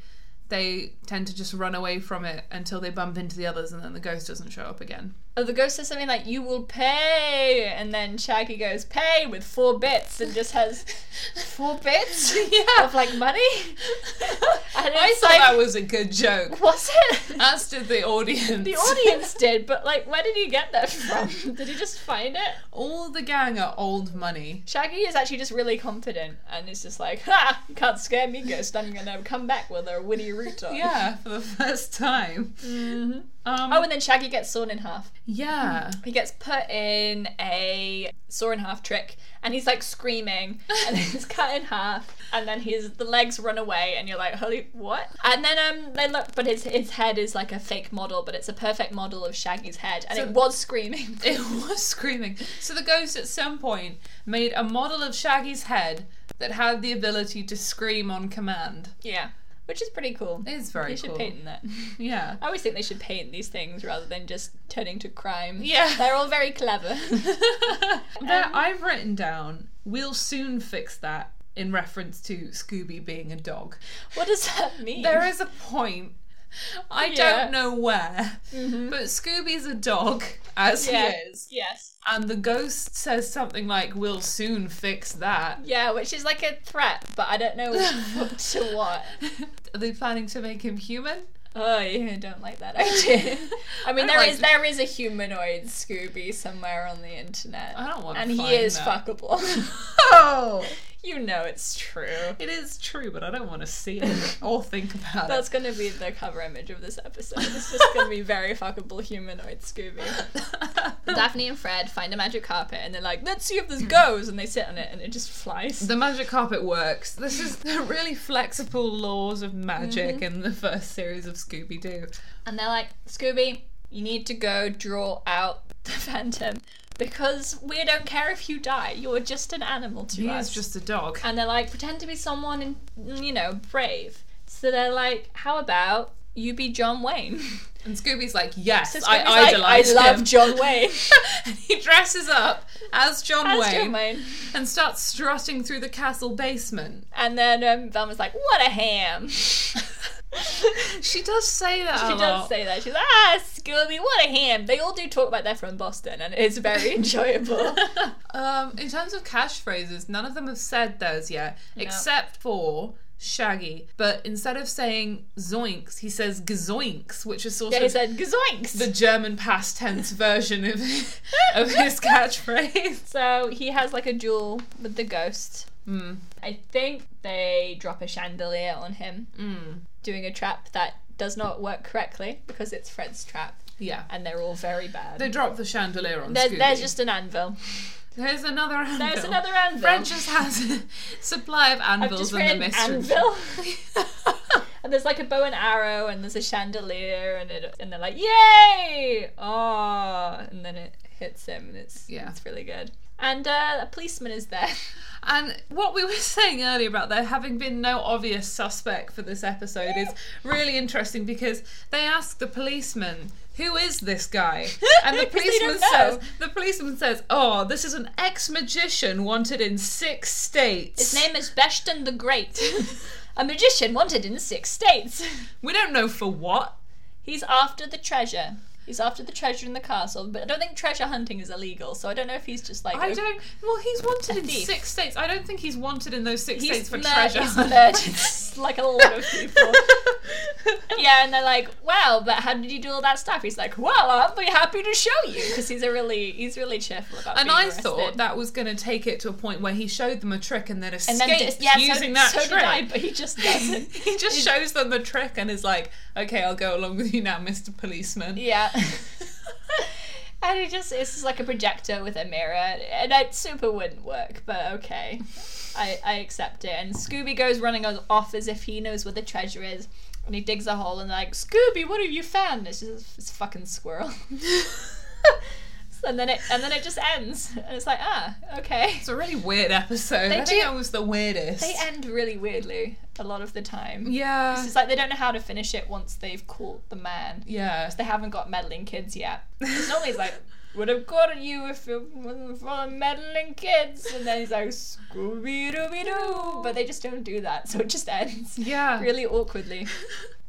D: They tend to just run away from it until they bump into the others, and then the ghost doesn't show up again.
C: oh, the ghost says something like "You will pay," and then Shaggy goes "Pay" with four bits, and just has four bits
D: Yeah.
C: of like money. and
D: I
C: it's
D: thought
C: like,
D: that was a good joke.
C: was it?
D: As did the audience.
C: The audience did, but like, where did he get that from? Did he just find it?
D: All the gang are old money.
C: Shaggy is actually just really confident, and it's just like, ha, you can't scare me, ghost. I'm gonna come back with a witty retort.
D: Yeah, for the first time.
C: hmm
D: Um,
C: Oh, and then Shaggy gets sawn in half.
D: yeah.
C: He gets put in a saw in half trick, and he's like screaming, and then he's cut in half, and then his the legs run away, and you're like, holy what? And then um, they look, but his his head is like a fake model, but it's a perfect model of Shaggy's head, and
D: So-
C: it was screaming.
D: It was screaming. So the ghost at some point made a model of Shaggy's head that had the ability to scream on command.
C: yeah, which is pretty cool.
D: It's very
C: They should
D: cool.
C: patent that.
D: Yeah.
C: I always think they should paint these things rather than just turning to crime.
D: Yeah.
C: They're all very clever.
D: That I've written down, we'll soon fix that in reference to Scooby being a dog.
C: what does that mean?
D: There is a point. I
C: Yeah.
D: don't know where, but Scooby's a dog, as
C: Yeah.
D: he is.
C: Yes.
D: And the ghost says something like, We'll soon fix that.
C: Yeah, which is like a threat, but I don't know what to what.
D: Are they planning to make him human?
C: Oh, yeah, I don't like that idea. I mean,
D: I don't
C: there is
D: like-
C: there is a humanoid Scooby somewhere on the internet,
D: I don't want
C: and
D: to
C: he
D: find
C: is
D: that.
C: fuckable.
D: Oh!
C: you know it's true.
D: It is true, but I don't want to see it or think about
C: That's gonna be the cover image of this episode. It's just gonna be very fuckable humanoid Scooby.
D: it.
C: Daphne and Fred find a magic carpet and they're like, let's see if this goes. And they sit on it and it just flies.
D: the magic carpet works. This is the really flexible laws of magic in the first series of Scooby Doo.
C: and they're like, Scooby, you need to go draw out the phantom because we don't care if you die. You're just an animal to
D: He
C: us.
D: is just a dog.
C: and they're like, pretend to be someone and, you know, brave. So they're like, how about you be John Wayne?
D: And Scooby's like, Yes,
C: So Scooby's
D: I idolize
C: like, I love
D: him.
C: John Wayne.
D: and he dresses up as John
C: That's
D: Wayne
C: John Wayne.
D: and starts strutting through the castle basement.
C: And then um, Velma's like, what a ham.
D: She does say that.
C: She
D: a
C: does
D: lot.
C: say that. She's like, ah, Scooby, what a ham. They all do talk about they're from Boston, and it's very enjoyable.
D: Um, in terms of catchphrases, none of them have said those yet, except for Shaggy. But instead of saying zoinks, he says gazoinks, which is sort
C: yeah,
D: of
C: he said, gazoinks.
D: the German past tense version of of his catchphrase.
C: so he has like a duel with the ghost.
D: Mm.
C: I think they drop a chandelier on him,
D: Mm.
C: doing a trap that does not work correctly because it's Fred's trap,
D: Yeah.
C: and they're all very
D: They
C: bad.
D: drop the chandelier on
C: There's,
D: Scooby.
C: there's just an anvil.
D: There's another anvil.
C: There's another anvil.
D: Fred just has a supply of
C: I've
D: anvils
C: just
D: in the
C: written
D: mystery.
C: anvil. And there's like a bow and arrow, and there's a chandelier, and it, and they're like, "Yay!" Oh, and then it hits him, and it's
D: Yeah.
C: it's really good. And uh, a policeman is there.
D: And what we were saying earlier about there having been no obvious suspect for this episode is really interesting because they ask the policeman, "Who is this guy?" And the
C: 'Cause they don't
D: policeman
C: know.
D: says, "The policeman says, oh, this is an ex-magician wanted in six states.
C: His name is Beshton the Great, a magician wanted in six states.
D: we don't know for what.
C: He's after the treasure. He's after the treasure in the castle, but I don't think treasure hunting is illegal, so I don't know if he's just like
D: I
C: a-
D: don't. Well, he's wanted in
C: thief.
D: six states. I don't think he's wanted in those six states
C: he's
D: for
C: mur-
D: treasure.
C: He's
D: hunt.
C: murdered like a lot of people. yeah, and they're like, "Wow, but how did you do all that stuff?" He's like, "Well, I'll be happy to show you," because he's a really he's really cheerful about.
D: And
C: being
D: I
C: arrested.
D: thought that was going to take it to a point where he showed them a trick and then
C: and
D: escaped
C: then just, yeah, so-
D: using that
C: so
D: trick.
C: did I, but he just doesn't.
D: he just shows them the trick and is like, "Okay, I'll go along with you now, Mister Policeman."
C: Yeah. and it just it's just like a projector with a mirror, and it super wouldn't work, but okay. I, I accept it. And Scooby goes running o- off as if he knows where the treasure is. And he digs a hole and like, Scooby, what have you found? It's just it's a fucking squirrel. and then it and then it just ends. And it's like, ah, okay.
D: It's a really weird episode.
C: They
D: I think
C: do-
D: that was the weirdest.
C: They end really weirdly a lot of the time.
D: yeah.
C: It's just like they don't know how to finish it once they've caught the man.
D: yeah.
C: They haven't got meddling kids yet. It's always like, would have gotten you if it wasn't for the meddling kids. And then he's like, Scooby Dooby Doo. But they just don't do that, so it just ends
D: yeah.
C: really awkwardly.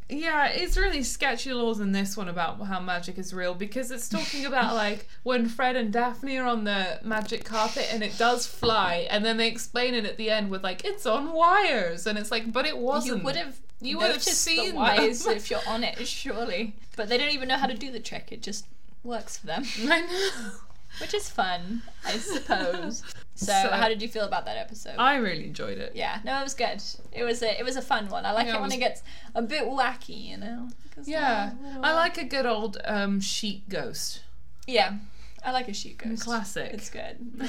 D: Yeah, it's really sketchy laws in this one about how magic is real because it's talking about like when Fred and Daphne are on the magic carpet and it does fly, and then they explain it at the end with like it's on wires, and it's like, but it wasn't.
C: You would have
D: You
C: you
D: would
C: would
D: have
C: the
D: seen
C: wires
D: them.
C: if you're on it, surely. But they don't even know how to do the trick. It just works for them,
D: I know.
C: which is fun, I suppose. So,
D: So-
C: how did you feel about that episode?
D: I really enjoyed it.
C: yeah, no, it was good. It was a it was a fun one. I like
D: Yeah,
C: it
D: it
C: when
D: was-
C: it gets a bit wacky, you know. 'Cause,
D: Yeah,
C: uh,
D: I like a good old um, sheet ghost
C: yeah, I like a shoot ghost.
D: classic
C: It's good,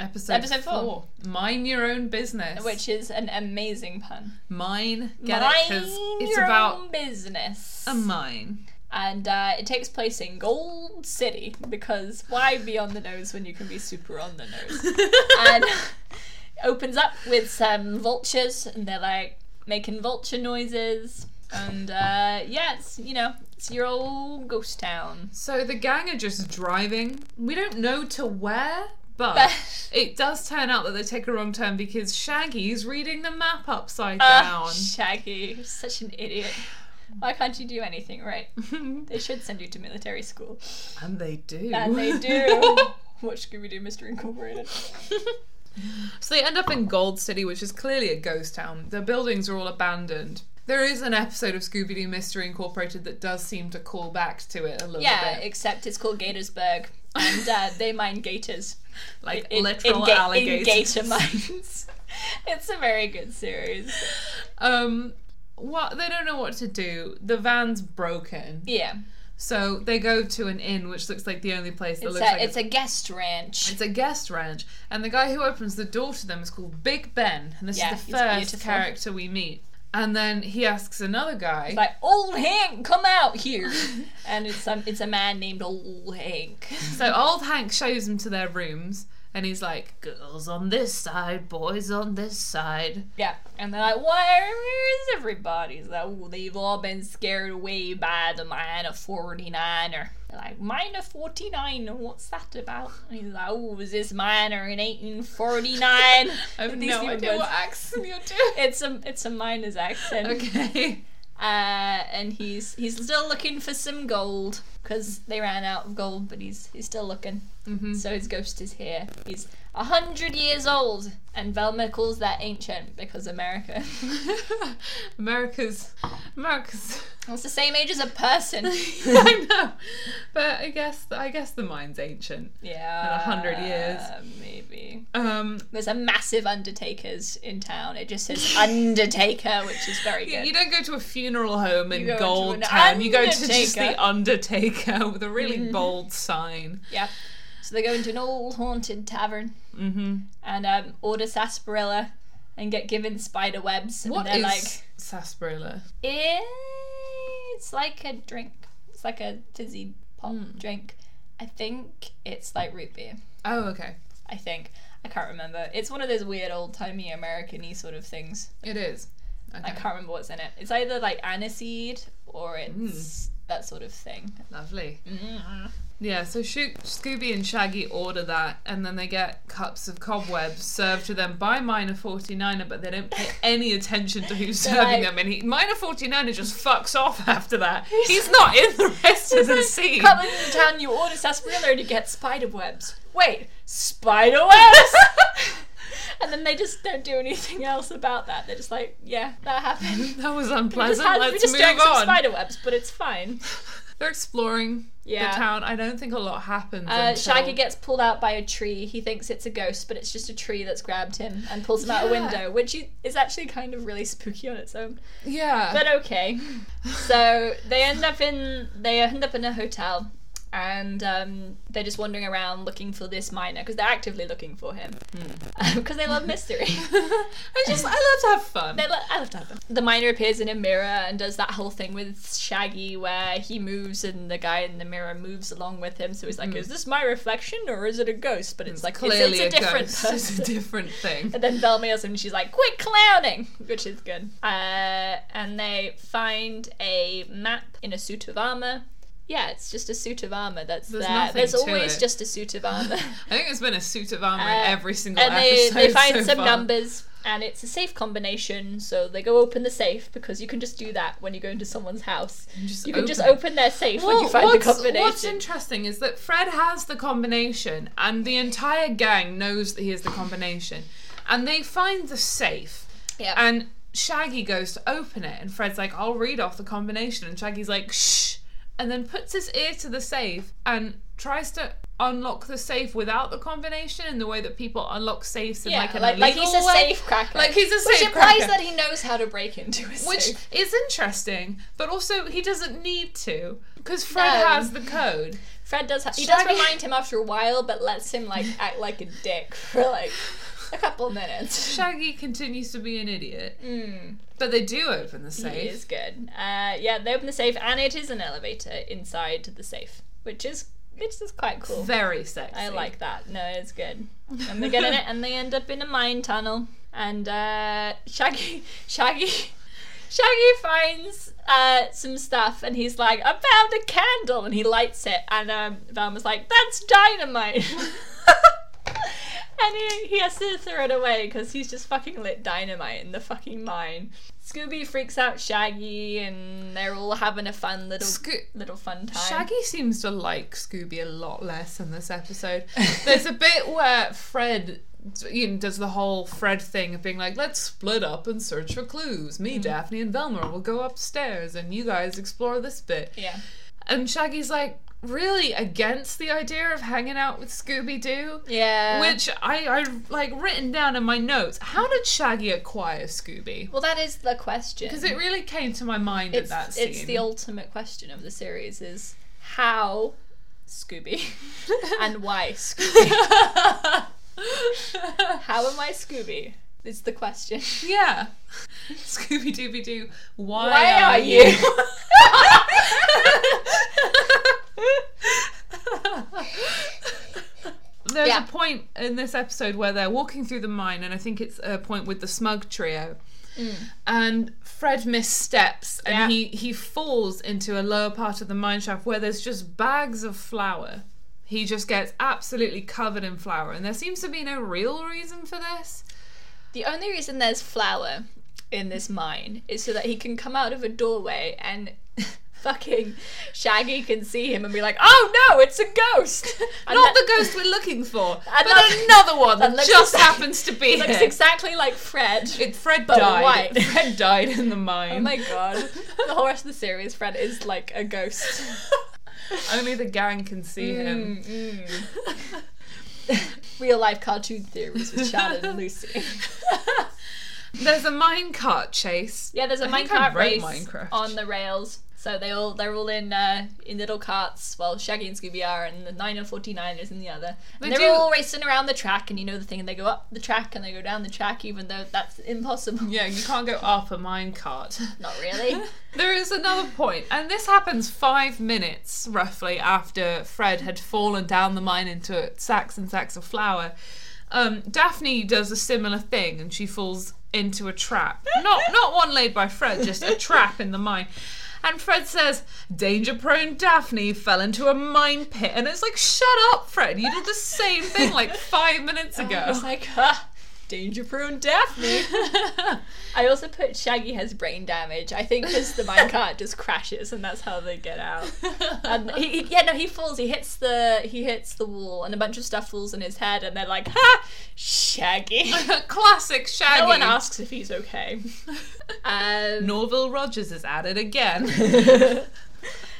D: episode.
C: Episode four.
D: Mind your own business.
C: which is an amazing pun.
D: mine? Get
C: Mind
D: it? 'Cause it's
C: your
D: about
C: own business.
D: a mine.
C: and uh, it takes place in Gold City because why be on the nose when you can be super on the nose? and opens up with some vultures, and they're like making vulture noises, and uh, yeah, it's you know it's your old ghost town.
D: So the gang are just driving. We don't know to where, but,
C: But-
D: it does turn out that they take a wrong turn because Shaggy's reading the map upside
C: Uh,
D: down.
C: Shaggy, you're such an idiot. Why can't you do anything right? They should send you to military school,
D: and they do.
C: and they do. Watch Scooby Doo Mystery Incorporated.
D: so they end up in Gold City, which is clearly a ghost town. The buildings are all abandoned. There is an episode of Scooby Doo Mystery Incorporated that does seem to call back to it a little
C: Yeah,
D: bit.
C: except it's called Gatorsburg, and uh, they mine gators.
D: like
C: in-
D: literal
C: in ga- in
D: alligators.
C: gator mines. it's a very good series.
D: Um, what they don't know what to do. The van's broken.
C: Yeah,
D: So they go to an inn, which looks like the only place that
C: it's a,
D: looks like
C: it's a guest ranch.
D: it's a guest ranch, and the guy who opens the door to them is called Big Ben, and this
C: Yeah,
D: is the
C: he's
D: first
C: beautiful.
D: character we meet. And then he asks another guy,
C: It's like old Hank, come out here, and it's um, it's a man named old Hank.
D: so old Hank shows him to their rooms, and he's like, "Girls on this side, boys on this side."
C: Yeah, and they're like, where is everybody? He's like, oh, they've all been scared away by the minor 49er. They're like, minor 49? What's that about? And he's like, oh, was this minor in 1849?
D: I have
C: And these
D: no
C: people
D: idea
C: go,
D: what accent you're doing.
C: It's a it's a miner's accent.
D: okay.
C: Uh, and he's he's still looking for some gold because they ran out of gold, but he's he's still looking.
D: Mhm.
C: So his ghost is here. He's a hundred years old, and Velma calls that ancient because America.
D: America's, America's.
C: it's the same age as a person.
D: I know, but I guess I guess the mine's ancient.
C: yeah,
D: a hundred years.
C: maybe.
D: Um,
C: There's a massive undertakers in town. It just says Undertaker, which is very
D: Yeah,
C: good.
D: You don't go to a funeral home in
C: go into
D: Gold
C: an
D: Town. You go to just
C: undertaker. Mm-hmm.
D: the Undertaker with a really bold sign.
C: yeah. So they go into an old haunted tavern.
D: Mm-hmm.
C: and um, order sarsaparilla and get given spider webs.
D: What
C: and
D: is
C: they're
D: sarsaparilla?
C: like, it's like a drink. It's like a fizzy pop
D: Hmm.
C: drink. I think it's like root beer.
D: Oh, okay,
C: I think. I can't remember. It's one of those weird old timey American y sort of things.
D: it is. Okay,
C: I can't remember what's in it. It's either like aniseed or it's
D: Hmm.
C: that sort of thing.
D: lovely.
C: Mm-hmm.
D: Yeah, so Shoo- Scooby and Shaggy order that, and then they get cups of cobwebs served to them by Minor 49er, but they don't pay any attention to who's serving
C: like-
D: them. And he, Minor 49er just fucks off after that. He's not in the rest of the scene.
C: Come into town, you order sarsaparilla and you get spider webs. Wait, spider webs? and then they just don't do anything else about that. They're just like, yeah, that happened.
D: That was
C: We just,
D: unpleasant.
C: had,
D: Let's
C: we just
D: move
C: drank
D: on.
C: some spider webs, but it's fine.
D: They're exploring
C: Yeah.
D: the town. I don't think a lot happens.
C: Uh,
D: until...
C: Shaggy gets pulled out by a tree. He thinks it's a ghost, but it's just a tree that's grabbed him and pulls him out a
D: Yeah.
C: window, which you- is actually kind of really spooky on its own.
D: Yeah.
C: But okay. So they end up in they end up in a hotel, and um, they're just wandering around looking for this miner because they're actively looking for him
D: Hmm.
C: because they love mystery.
D: I just I love to have fun.
C: They lo- I love that. The miner appears in a mirror and does that whole thing with Shaggy where he moves and the guy in the mirror moves along with him. So he's like, "Is this my reflection or is it a ghost?" But it's like
D: Hmm. Clearly
C: it's, it's a, different
D: ghost. It's
C: person.
D: a different thing.
C: And then Belle mails him and she's like, quit clowning, which is good. Uh, and they find a map in a suit of armor. Yeah, it's just a suit of armor that's
D: There's
C: there.
D: nothing
C: There's
D: to
C: always
D: it.
C: just a suit of armor.
D: I think it's been a suit of armor
C: Uh,
D: in every single
C: and they,
D: episode.
C: they find
D: so
C: some
D: far.
C: numbers, and it's a safe combination, so they go open the safe because you can just do that when you go into someone's house.
D: just
C: you can just
D: open it.
C: open their safe
D: Well,
C: when you find the
D: what's-
C: combination.
D: What's interesting is that Fred has the combination, and the entire gang knows that he has the combination, and they find the safe,
C: Yeah.
D: and Shaggy goes to open it, and Fred's like, "I'll read off the combination," and Shaggy's like, "Shh," and then puts his ear to the safe and tries to. Unlock the safe without the combination in the way that people unlock safes in
C: yeah,
D: like an
C: like, like he's a
D: illegal way.
C: safe cracker.
D: Like he's a
C: Which
D: safe
C: implies
D: cracker.
C: that he knows how to break into a
D: Which
C: safe.
D: is interesting, but also he doesn't need to because Fred
C: No.
D: has the code.
C: Fred does. Ha- he does
D: Shaggy-
C: remind him after a while, but lets him like act like a dick for like a couple minutes.
D: Shaggy continues to be an idiot, but they do open the
C: Hmm. He
D: safe.
C: is good. Uh, yeah, they open the safe, and it is an elevator inside the safe, which is it's just quite cool.
D: Very sexy.
C: I like that. No, it's good. And they get in it, and they end up in a mine tunnel. And uh, Shaggy, Shaggy, Shaggy finds uh, some stuff, and he's like, "I found a candle," and he lights it. And um, Velma's like, "That's dynamite." And he, he has to throw it away because he's just fucking lit dynamite in the fucking mine. Scooby freaks out Shaggy, and they're all having a fun little
D: Sco-
C: little fun time.
D: Shaggy seems to like Scooby a lot less in this episode. There's a bit where Fred you know, does the whole Fred thing of being like, let's split up and search for clues.
C: Mm-hmm.
D: Me, Daphne, and Velma will go upstairs and you guys explore this bit.
C: yeah.
D: And Shaggy's like, really against the idea of hanging out with Scooby Doo?
C: Yeah.
D: Which I, I like written down in my notes. How did Shaggy acquire Scooby?
C: well, that is the question.
D: Because it really came to my mind
C: Mm-hmm. it's,
D: at that scene.
C: it's the ultimate question of the series is how Scooby and why Scooby? how am I Scooby? Is the question.
D: yeah. Scooby Dooby Doo. Why,
C: Why
D: are,
C: are
D: you?
C: you?
D: There's
C: Yeah.
D: a point in this episode where they're walking through the mine, and I think it's a point with the smug trio. And Fred missteps and
C: Mm. Yeah.
D: he, he falls into a lower part of the mine shaft where there's just bags of flour. He just gets absolutely covered in flour, and there seems to be no real reason for this.
C: The only reason there's flour in this mine is so that he can come out of a doorway and fucking Shaggy can see him and be like, "Oh no, it's a ghost!" And
D: Not
C: that-
D: the ghost we're looking for, but
C: that-
D: another one
C: that
D: that,
C: looks
D: just
C: exact-
D: happens to be
C: looks
D: here.
C: exactly like Fred.
D: It- Fred
C: but
D: died.
C: white.
D: Fred died in the mine.
C: Oh my god. the whole rest of the series, Fred is like a ghost.
D: Only the gang can see him.
C: Mm, Real life cartoon theories with Shannon and Lucy.
D: There's a minecart chase.
C: Yeah, there's a
D: I think I
C: minecart
D: wrote
C: race
D: Minecraft.
C: on the rails. So they all they're all in uh, in little carts. Well, Shaggy and Scooby are, and the nine and forty nine is in the other. And
D: They
C: they're
D: do-
C: all racing around the track, and you know the thing. And they go up the track and they go down the track, even though that's impossible.
D: Yeah, you can't go up a minecart.
C: Not really.
D: There is another point, and this happens five minutes roughly after Fred had fallen down the mine into sacks and sacks of flour. Um, Daphne does a similar thing, and she falls into a trap. Not not one laid by Fred, just a trap in the mine. And Fred says, "Danger prone Daphne fell into a mine pit," and it's like, "Shut up, Fred! You did the same thing like five minutes ago."
C: It's like, ha, danger prone Daphne. I also put Shaggy has brain damage. I think because the minecart just crashes and that's how they get out. And he, he- yeah, no, he falls. He hits the he hits the wall and a bunch of stuff falls in his head and they're like, ha, Shaggy.
D: Classic Shaggy.
C: No one asks if he's okay. Um,
D: Norville Rogers is at it again.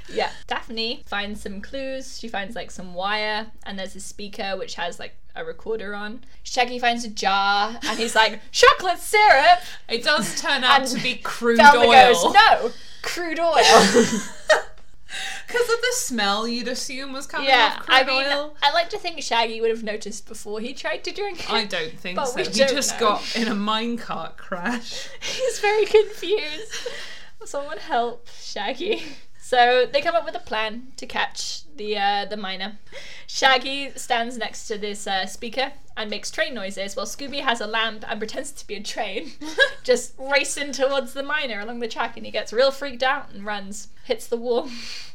C: yeah, Daphne finds some clues. She finds like some wire and there's a speaker which has like a recorder on. Shaggy finds a jar and he's like, chocolate syrup.
D: It does turn out
C: And
D: to be crude
C: Velma
D: oil.
C: goes, no, crude oil.
D: Because of the smell you'd assume was coming
C: yeah,
D: off crude
C: I mean,
D: oil.
C: I like to think Shaggy would have noticed before he tried to drink it.
D: I don't think
C: But
D: so.
C: we
D: He
C: don't
D: just
C: know.
D: got in a minecart crash.
C: He's very confused. Someone help Shaggy. So they come up with a plan to catch the uh, the miner. Shaggy stands next to this uh, speaker and makes train noises, while Scooby has a lamp and pretends to be a train, just racing towards the miner along the track. And he gets real freaked out and runs, hits the wall.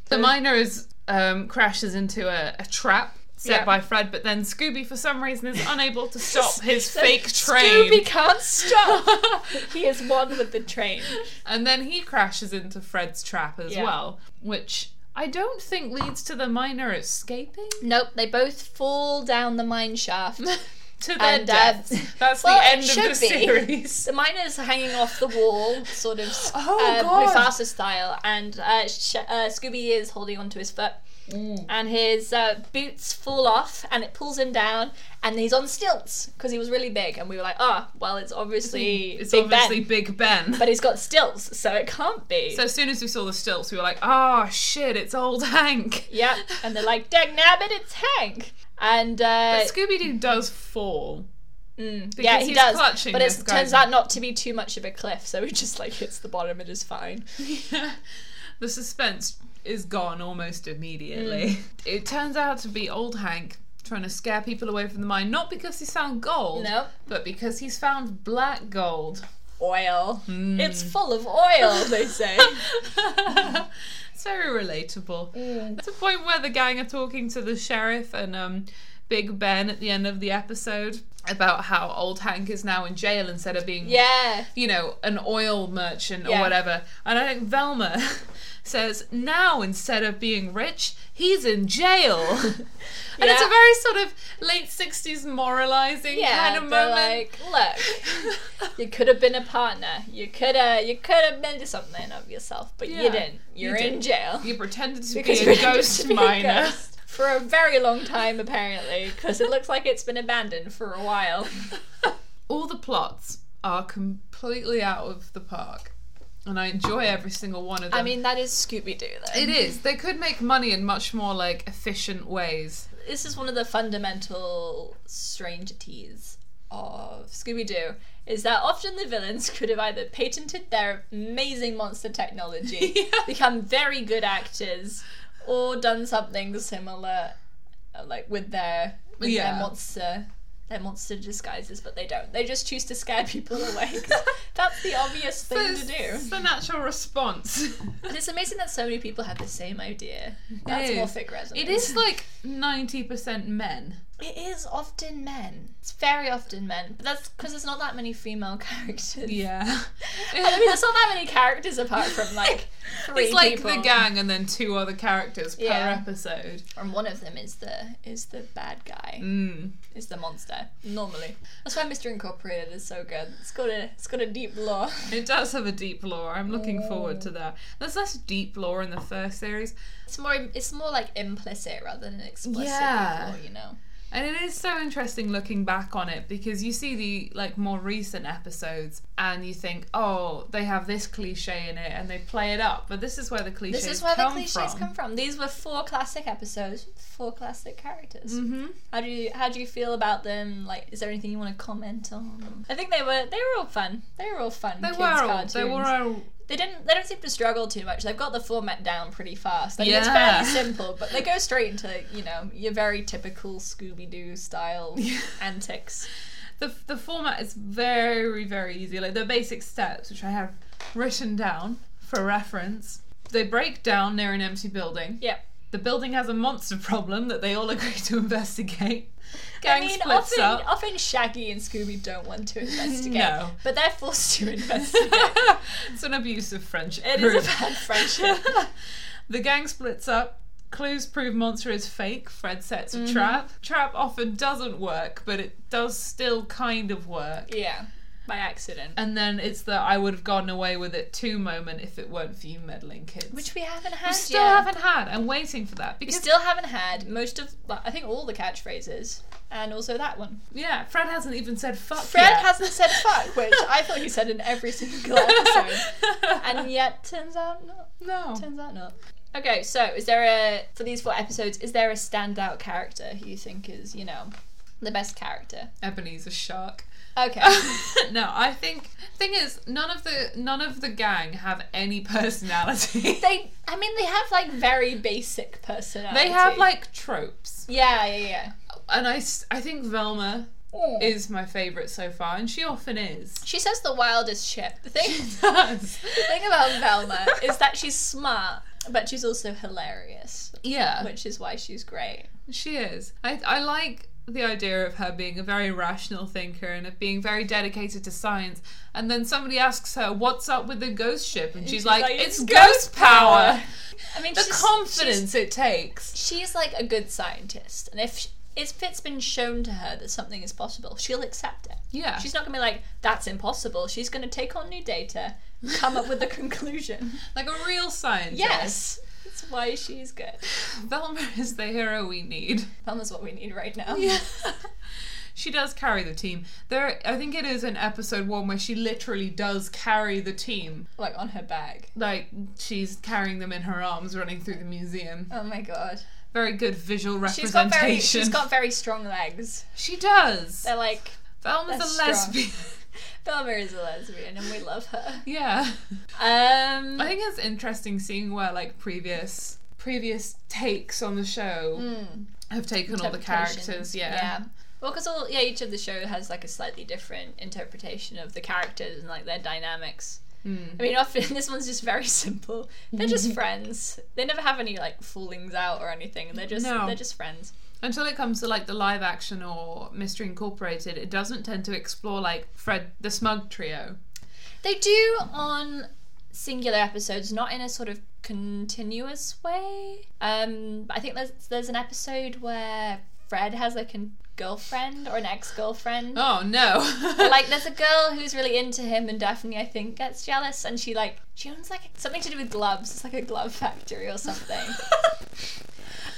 D: The miner is um, crashes into a, a trap set
C: Yeah.
D: by Fred, but then Scooby, for some reason, is unable to stop his
C: So
D: fake
C: Scooby
D: train,
C: can't stop. he is one with the train.
D: and then he crashes into Fred's trap as
C: Yeah.
D: well, which I don't think leads to the miner escaping
C: Nope, they both fall down the mine shaft.
D: to their
C: And, uh,
D: deaths. That's
C: well,
D: the
C: it
D: end of the
C: should be.
D: series.
C: The miner's hanging off the wall, sort of
D: Oh,
C: uh,
D: God.
C: Mufasa style, and uh, Sh- uh, Scooby is holding onto his foot,
D: Mm.
C: and his uh, boots fall off, and it pulls him down, and he's on stilts because he was really big, and we were like, ah, well, it's obviously
D: It's
C: Big
D: obviously
C: Ben,
D: Big Ben.
C: but he's got stilts, so it can't be.
D: so as soon as we saw the stilts, we were like, "Oh shit, it's old Hank."
C: yep, and they're like, Dag nabbit, it's Hank, and uh,
D: Scooby Doo does fall.
C: mm,
D: because
C: yeah, he
D: he's
C: does,
D: clutching
C: but it
D: this guy.
C: turns out not to be too much of a cliff, so he just like hits the bottom and is fine.
D: the suspense is gone almost immediately. It turns out to be old Hank trying to scare people away from the mine, not because he's found gold,
C: No.
D: but because he's found black gold.
C: oil.
D: Mm.
C: It's full of oil, they say.
D: it's very relatable. It's a point where the gang are talking to the sheriff and um, Big Ben at the end of the episode about how old Hank is now in jail instead of being
C: yeah.
D: you know, an oil merchant or
C: Yeah.
D: whatever. And I think Velma says, now instead of being rich, he's in jail. and it's
C: Yeah.
D: a very sort of late 60s moralizing
C: Yeah.
D: kind of
C: they're
D: moment.
C: like, look, you could have been a partner. You could have you could have been to something of yourself, but
D: Yeah,
C: you didn't. You're
D: you
C: in
D: didn't.
C: jail.
D: you pretended to
C: Because
D: be
C: you're
D: a
C: pretending
D: ghost
C: to be a
D: miner.
C: ghost For a very long time, apparently, because it looks like it's been abandoned for a while.
D: All the plots are completely out of the park. And I enjoy every single one of them.
C: I mean, that is Scooby Doo, though.
D: it is. They could make money in much more like efficient ways.
C: this is one of the fundamental strangeties of Scooby Doo is that often the villains could have either patented their amazing monster technology,
D: Yeah.
C: become very good actors, or done something similar, uh, like with their with
D: Yeah.
C: their monster. Their monster disguises, but they don't. They just choose to scare people away. 'cause that's the obvious thing to
D: It's
C: do.
D: the natural response.
C: But it's amazing that so many people have the same idea. That's
D: is.
C: morphic resonance.
D: It is like 90% men.
C: It is often men. It's very often men, but that's because there's not that many female characters.
D: Yeah.
C: I mean, there's not that many characters apart from like three
D: it's like
C: people.
D: the gang and then two other characters
C: Yeah.
D: per episode.
C: And one of them is the is the bad guy,
D: Mm.
C: is the monster. Normally, that's why Mr. Incorporated is so good. It's got a it's got a deep lore.
D: It does have a deep lore. I'm looking forward to that. There's less deep lore in the first series,
C: It's more it's more like implicit rather than explicit.
D: Yeah.
C: lore, you know.
D: and it is so interesting looking back on it because you see the like more recent episodes and you think, oh, they have this cliche in it and they play it up, but this is where the cliches
C: This is where the
D: come
C: cliches
D: from.
C: come from. These were four classic episodes, with four classic characters.
D: Mm-hmm.
C: How do you how do you feel about them? Like, is there anything you want to comment on? I think they were they were all fun. They were all fun.
D: They
C: kids
D: were all,
C: cartoons.
D: they were all
C: They didn't they don't seem to struggle too much. They've got the format down pretty fast. I mean, it's
D: Yeah.
C: fairly simple, but they go straight into you know your very typical Scooby Doo style antics.
D: the, the format is very very easy like the basic steps which i have written down for reference they break down near an empty building
C: Yep.
D: the building has a monster problem that they all agree to investigate gang
C: I mean,
D: splits
C: often
D: up
C: often Shaggy and Scooby don't want to investigate,
D: No.
C: but they're forced to investigate.
D: it's an abusive friendship
C: it
D: group.
C: is a bad friendship.
D: the gang splits up clues prove monster is fake fred sets a trap trap often doesn't work but it does still kind of work
C: yeah, by accident.
D: and then it's the I would have gotten away with it too moment if it weren't for you meddling kids.
C: Which we haven't had
D: we still
C: yet.
D: haven't had. I'm waiting for that
C: We
D: because
C: still haven't had most of, well, I think, all the catchphrases, and also that one.
D: yeah, Fred hasn't even said fuck.
C: Fred
D: yet.
C: hasn't said fuck, which I thought he said in every single episode, and yet turns out not.
D: no.
C: Turns out not. Okay, so is there a for these four episodes? Is there a standout character who you think is you know the best character?
D: Ebenezer Shark.
C: Okay,
D: no, I think thing is none of the none of the gang have any personality.
C: they. I mean, they have like very basic personality.
D: they have like tropes,
C: yeah, yeah,
D: and I s- I think Velma
C: yeah.
D: is my favorite so far, and she often is.
C: she says the wildest shit. The thing,
D: Does.
C: the thing about Velma is that she's smart, but she's also hilarious,
D: yeah,
C: which is why she's great.
D: She is. I, I like the idea of her being a very rational thinker and of being very dedicated to science. And then somebody asks her, What's up with the ghost ship? And she's, like, It's ghost power!
C: I mean,
D: The
C: she's-
D: confidence it takes.
C: She's, she's like a good scientist, and if. She, if it's been shown to her that something is possible, she'll accept it.
D: Yeah.
C: She's not gonna be like, that's impossible. She's gonna take on new data, come up with a conclusion.
D: like a real scientist.
C: Yes. That's why she's good.
D: Velma is the hero we need.
C: Velma's what we need right now.
D: she does carry the team. There, I think it is in episode one where she literally does carry the team.
C: Like on her bag.
D: Like, she's carrying them in her arms running through the museum.
C: Oh my god.
D: Very good visual representation.
C: She's got very she's got very strong legs.
D: She does.
C: They're like
D: Velma's
C: That's
D: a
C: strong.
D: lesbian.
C: Velma is a lesbian and we love her.
D: yeah. I
C: Um
D: think it's interesting seeing where like previous previous takes on the show have taken all the
C: Mm. interpretations.
D: characters. Yeah.
C: hmm, Yeah. Well, because all yeah, each of the show has like a slightly different interpretation of the characters and like their dynamics.
D: Hmm.
C: I mean, often this one's just very simple. They're just friends. They never have any like fallings out or anything. They're just
D: No.
C: they're just friends.
D: Until it comes to like the live action or Mystery Incorporated, it doesn't tend to explore like Fred the Smug trio.
C: They do on singular episodes, not in a sort of continuous way. Um, I think there's there's an episode where Fred has like a girlfriend or an ex girlfriend.
D: Oh no.
C: Like there's a girl who's really into him and Daphne I think gets jealous and she like she owns like something to do with gloves. It's like a glove factory or something.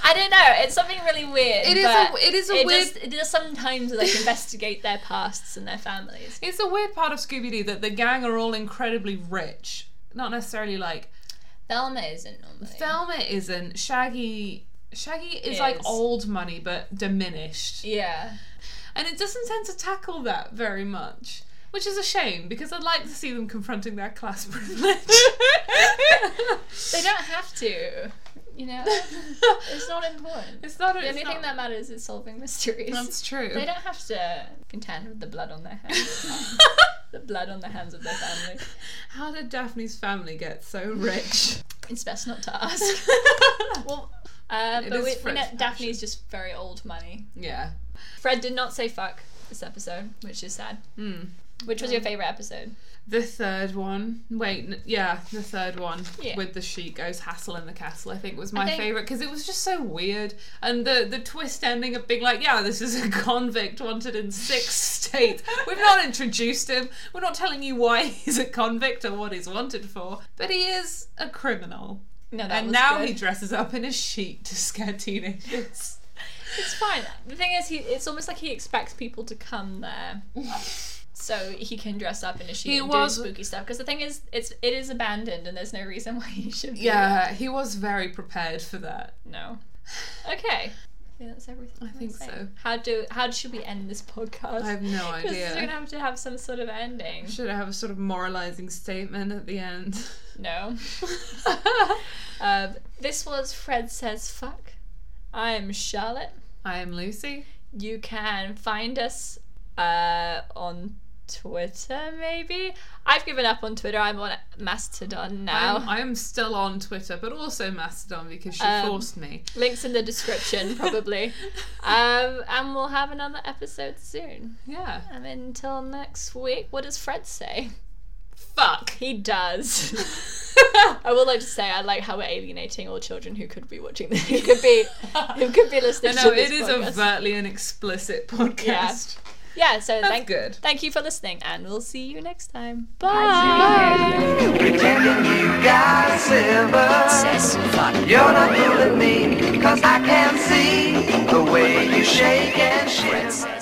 C: I don't know. It's something really weird.
D: It is a-
C: but
D: it is a
C: it
D: weird-
C: Does, it does sometimes like investigate their pasts and their families.
D: it's a weird part of Scooby Doo that the gang are all incredibly rich. Not necessarily like
C: Thelma isn't normally.
D: Velma isn't. Shaggy Shaggy is, like
C: Is.
D: old money but diminished.
C: yeah.
D: And it doesn't tend to tackle that very much, which is a shame because I'd like to see them confronting their class privilege.
C: They don't have to. You know, it's not important.
D: It's not.
C: The
D: It's
C: only thing
D: not
C: that matters is solving mysteries.
D: that's true.
C: They don't have to contend with the blood on their hands. the blood on the hands of their family.
D: How did Daphne's family get so rich?
C: It's best not to ask. Well, uh,
D: It
C: but
D: is
C: we, we
D: Fred's
C: know
D: fashion.
C: Daphne's just very old money.
D: yeah.
C: Fred did not say fuck this episode, which is sad.
D: Hmm.
C: Which was your favorite episode?
D: The third one. Wait, n- yeah, the third one
C: Yeah.
D: with the she goes hassle in the castle. I think was my
C: think-
D: favorite because it was just so weird, and the the twist ending of being like, yeah, this is a convict wanted in six states. We've not introduced him. We're not telling you why he's a convict or what he's wanted for, but he is a criminal.
C: No, that
D: And
C: was
D: now
C: good.
D: he dresses up in a sheet to scare teenagers.
C: It's fine. The thing is, he it's almost like he expects people to come there, so he can dress up in a sheet
D: He
C: and
D: was-
C: do spooky stuff. Because the thing is, it's it is abandoned, and there's no reason why he should. Be there.
D: yeah, he was very prepared for that.
C: No. Okay. I think that's everything. I
D: think so.
C: How do how should we end this podcast?
D: I have no
C: 'Cause
D: idea.
C: We're gonna have to have some sort of ending.
D: Should I have a sort of moralizing statement at the end?
C: No. um, this was Fred says fuck. I am Charlotte.
D: I am Lucy.
C: you can find us uh, on Twitter, maybe. I've given up on Twitter. I'm on Mastodon now.
D: I'm, I'm still on Twitter, but also Mastodon because she
C: Um,
D: forced me.
C: Links in the description, probably. um, and we'll have another episode soon.
D: Yeah.
C: And until next week, what does Fred say?
D: Fuck.
C: He does. I would like to say I like how we're alienating all children who could be watching this, who could be, who could be
D: I
C: listening
D: know
C: to this
D: it is
C: podcast.
D: overtly an explicit podcast.
C: yeah, so
D: That's
C: thank,
D: good.
C: thank you for listening, and we'll see you next time.
A: Pretending you got silver. You're not fooling me, cause I can see the way you shake and shiver.